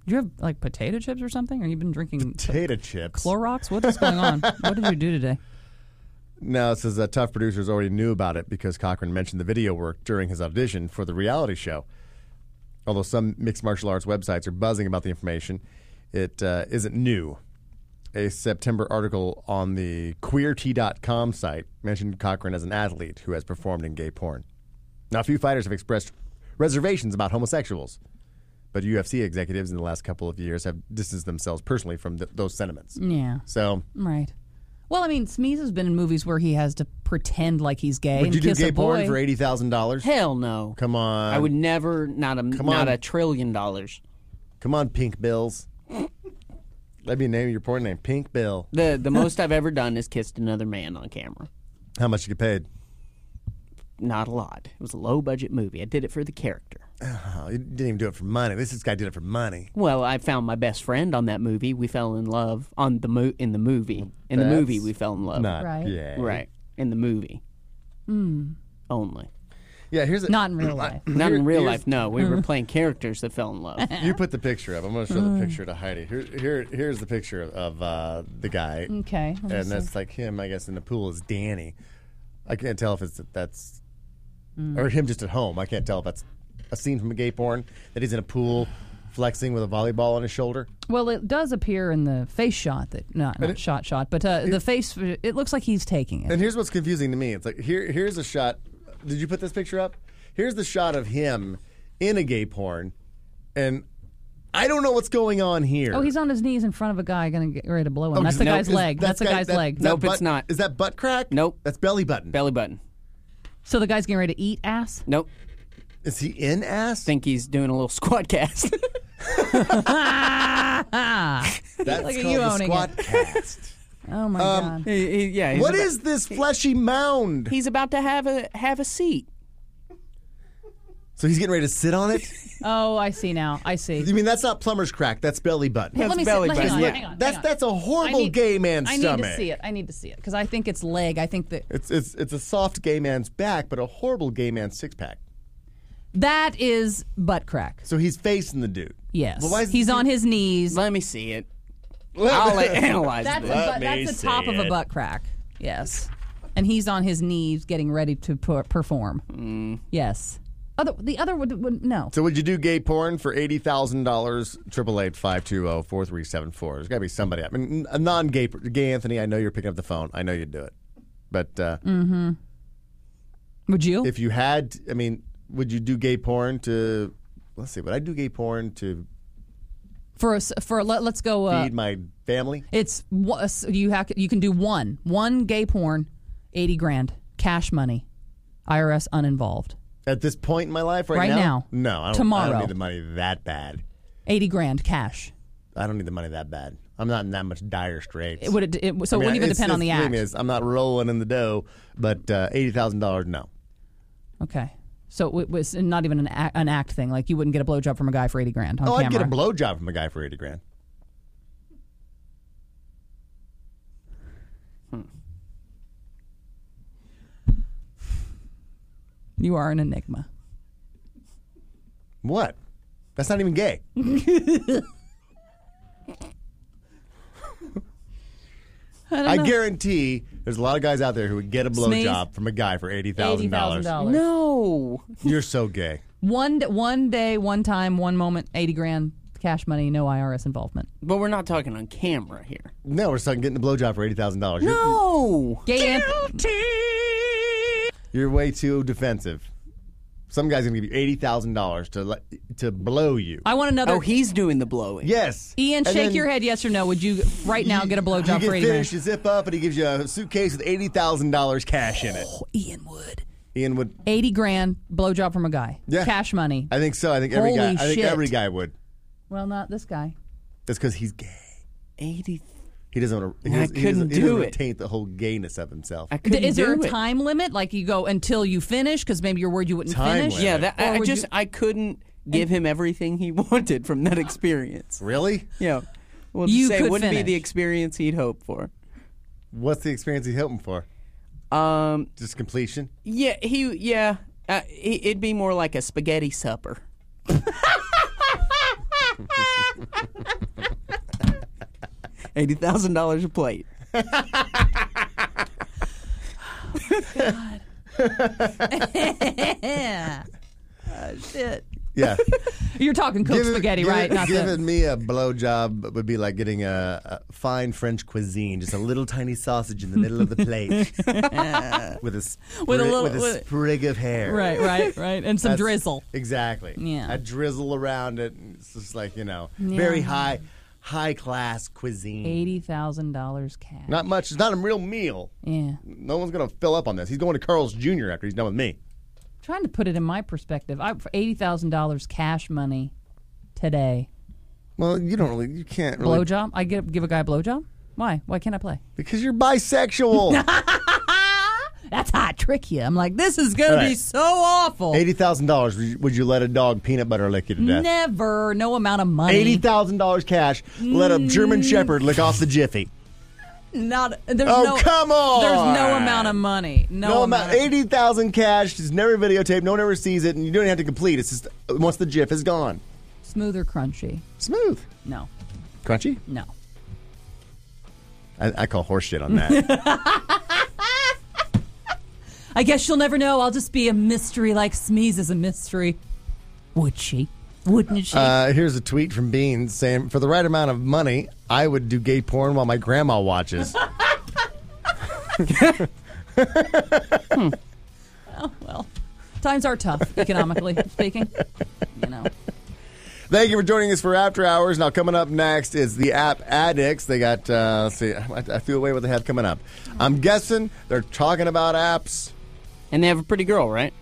Do you have like potato chips or something? Or you been
[laughs]
drinking
potato chips?
Clorox? What is
[laughs]
going on? what did you do today?
Now it says that tough producers already knew about it because Cochran mentioned the video work during his audition for the reality show. Although some mixed martial arts websites are buzzing about the information, it uh, isn't new. A September article on the queert.com site mentioned Cochran as an athlete who has performed in gay porn. Now, a few fighters have expressed reservations about homosexuals, but UFC executives in the last couple of years have distanced themselves personally from th- those sentiments.
Yeah.
So,
Right. Well, I mean, Smeeze has been in movies where he has to pretend like he's gay
Would
and
you do
kiss
gay
a boy.
porn for eighty thousand dollars?
Hell no.
Come on.
I would never, not a,
Um, Come
not
on.
a trillion dollars.
Come on, Pink Bills. That'd be the name of your porn name, Pink Bill.
The the most I've ever done is kissed another man on camera.
How much you get paid?
Not a lot. It was a low budget movie. I did it for the character.
Oh, you didn't even do it for money. This this guy did it for money.
Well, I found my best friend on that movie. We fell in love on the mo- in the movie. In the
That's
movie, we fell in love.
not Right. gay.
Right. In the movie
Hmm.
only.
Yeah, here's a,
Not in real life.
Not in
Here-
real
here's-
life. No, we were playing characters that fell in love.
You put the picture up. I'm going to show
Mm.
the picture to Heidi. Here, here, here's the picture of uh, the
Mm,
guy.
Okay, let
[laughs]
me
and that's
see.
like him, I guess, in the pool is Danny. I can't tell if it's that's
Mm.
or him just at home. I can't tell if that's a scene from a gay porn that he's in a pool flexing with a volleyball on his shoulder.
Well, it does appear in the face shot that not, not shot shot, but uh, the face. It looks like he's taking it.
And here's what's confusing to me. It's like here here's a shot. Did you put this picture up? Here's the shot of him in a gay porn, and I don't know what's going on here.
Oh, he's on his knees in front of a guy going to get ready to blow him.
Oh,
that's the
nope.
guy's
Is-
leg.
that
That's, the
guy-
guy's
that-
leg.
that butt- Is that butt crack? Nope. That's belly button.
Belly button.
So the guy's getting ready to eat ass.
Nope.
Is he in ass?
Think he's doing a little [laughs] squat cast.
Ah. That's
Look at
called
you
the
owning [laughs]
squat
it.
cast.
Oh my
Um, [laughs]
god!
yeah.
What is this fleshy mound?
He's about to have a have a seat.
So he's getting ready to sit on it.
Oh, I see now. I see.
You mean that's not plumber's crack? That's belly button.
Hey, let me see.
belly
hang
button,
on,
yeah.
hang on,
That's
hang on.
that's a horrible
I need-
gay man's
I
stomach.
need to see it. I need to see it because I think it's leg. I think that
It's it's it's a soft gay man's back, but a horrible gay man's six pack.
that is butt crack.
So he's facing the dude.
Yes,
Well, why is
he's on his knees.
Let me see it. I'll analyze
That's a
this.
butt,
me
that's the top
see
of a
it.
butt crack. Yes, and he's on his knees getting ready to per- perform.
Mm.
Yes. Other the other would, would no.
So would you do gay porn for eighty thousand dollars? Triple eight five two zero four three seven four. There's got to be somebody. I mean, a non-gay gay Anthony. I know you're picking up the phone. I know you'd do it, but uh,
Mm-hmm. Would you?
if you had, I mean, would you do gay porn to? Let's see. Would I do gay porn to
for us for let, let's go. Uh,
feed my family?
it's wha- s- you have you can do one one gay porn, eighty grand cash money, IRS uninvolved,
At this point in my life, right,
Right now.
No, I don't, I
Tomorrow.
don't need the money that bad.
eighty grand cash.
I don't need the money that bad. I'm not in that much dire straits.
It would it, so
I
it
mean,
wouldn't even
it's-
depend on the
it's-
act.
thing is, I'm not rolling in the dough, but uh, eighty thousand dollars, no.
Okay. So it was not even an act, an act thing. Like you wouldn't get a blowjob from a guy for eighty grand on
oh,
camera.
I'd get a blowjob from a guy for eighty grand.
you are an enigma.
What? That's not even
[laughs]
gay. I, guarantee there's a lot of guys out there who would get a blowjob from a guy for eighty thousand dollars.
$80,000.
No.
You're so gay.
One d- one day, one time, one moment, eighty grand cash money, no IRS involvement.
But we're not talking on camera here.
No, we're talking getting a blowjob for eighty thousand dollars.
No.
Gay Anth-
You're way too defensive. Some guy's gonna give you eighty thousand dollars to let, to blow you.
I want another- Oh,
he's doing the blowing.
Yes,
Ian,
And
shake
then
your head yes or no. Would you right now get a blowjob
You get
for eighty
finished,
grand?
you zip up, and he gives you a suitcase with eighty thousand dollars cash in it.
Ian
Wood. Ian Wood.
Eighty grand blowjob from a guy.
Yeah.
Cash money.
I think so. I think every
Holy
guy. I think
shit.
every guy would.
Well, not this guy.
That's because he's gay.
Eighty.
He doesn't want to.
I couldn't do it.
Taint the whole gayness of himself.
I
Th- Is there a time limit? Like you go until you finish because maybe you're worried you wouldn't finish.
Yeah, that,
Or
I, I
would
just
you-
I couldn't give him everything he [laughs] wanted from that experience.
Really?
Yeah. Well,
You
you say it
could
wouldn't be the
finish.
experience he'd hoped for.
What's the experience he's hoping for?
Um.
Just completion.
Yeah. He. Yeah. Uh, it- it'd be more like a spaghetti supper. [laughs] Eighty thousand dollars a plate.
Oh, shit.
Yeah.
[laughs] You're talking cooked
Giving-
spaghetti,
giving-
right? Not
giving
the,
me a blowjob would be like getting a, a fine French cuisine, just a little tiny sausage in the middle of the
[laughs]
plate [laughs] with a sprig,
With a little-
with a
with-
sprig of hair.
right, right, right, and some
That's-
drizzle.
Exactly.
Yeah.
I drizzle around it. And it's just like you know,
Yeah.
very high, high class cuisine.
Eighty thousand dollars cash.
Not much. It's not a real meal.
Yeah.
No one's gonna fill up on this. He's going to Carl's Jr. after he's done with me.
Trying to put it in my perspective, I, for eighty thousand dollars cash money today,
Well, you don't really, you can't
blowjob. I get give a guy a blowjob. Why? Why can't I play?
because you're bisexual.
That's how I trick you. I'm like, this is gonna
All right.
be so awful.
[laughs] Eighty thousand dollars. Would you let a dog peanut butter lick you to death?
Never. No amount of money.
Eighty thousand dollars cash. Let a German Shepherd lick off the jiffy.
Not. Mm. There's
Oh,
no.
come on!
There's no amount of money. No,
amount.
amount. of-
Eighty thousand cash. It's never videotaped. No one ever sees it, and you don't even have to complete. It's just uh, once the jiff is gone.
Smooth or crunchy?
Smooth.
No.
Crunchy.
No.
I, I call horseshit on
[laughs]
that.
I guess you'll never know. I'll just be a mystery, like Smeeze is a mystery. Would she? Wouldn't she?
uh, here's a tweet from Beans saying, "For the right amount of money, I would do gay porn while my grandma watches."
well, times are tough,
[laughs]
economically speaking. You know.
Thank you for joining us for After Hours. Now, coming up next is the app Addicts. They got, uh, let's see, I, I feel away what they have coming up. I'm guessing they're talking about apps.
And they have a pretty girl, right?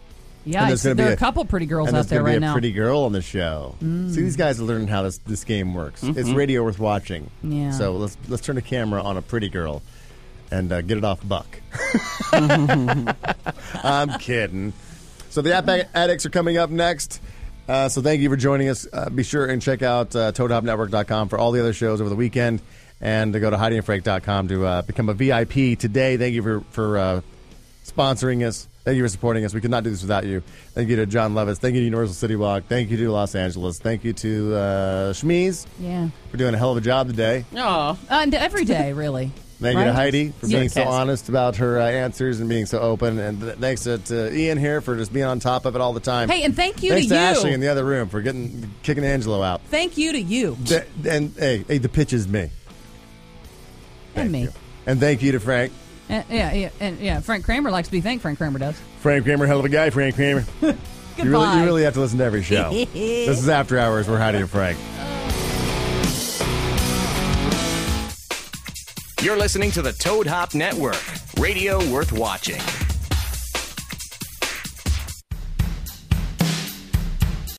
Yeah,
And
I
there's
see-
gonna be
there are
a-
a couple pretty girls
and
out
there's
there
gonna be
right
a
now. Mm.
pretty girl on the show. See, these guys are learning how this, this game works. It's radio worth watching.
Mm-hmm. Yeah.
So let's let's turn the camera on a pretty girl and uh, get it off
[laughs]
Buck. I'm kidding. So the app addicts are coming up next. Uh, so thank you for joining us. Uh, be sure and check out uh, ToadHopNetwork.com for all the other shows over the weekend, and to go to HeidiandFrank.com to uh, become a VIP today. Thank you for for uh, sponsoring us. Thank you for supporting us. We could not do this without you. Thank you to John Levis. Thank you to Universal City Walk. Thank you to Los Angeles. Thank you to uh, Shmeez
Yeah. Uh,
for doing a hell of a job today.
Oh,
And every day, really.
[laughs] Thank you to
Right?
Heidi for
Yeah.
being so
Sarcastic.
honest about her uh, answers and being so open. And th- thanks to, to Ian here for just being on top of it all the time.
Hey, and thank you
thanks
to you.
Ashley in the other room for getting kicking Angelo out.
Thank you to you
Th- and hey, hey, the pitch is me.
and me.
And thank you to Frank.
And, yeah, yeah, and yeah. Frank Kramer likes to be thanked. Frank Kramer does.
Frank Kramer, hell of a guy, Frank
[laughs]
Kramer. you
Goodbye.
really, you really have to listen to every
[laughs]
show. this is After Hours. We're Heidi and Frank.
You're listening to the Toad Hop Network, radio worth watching.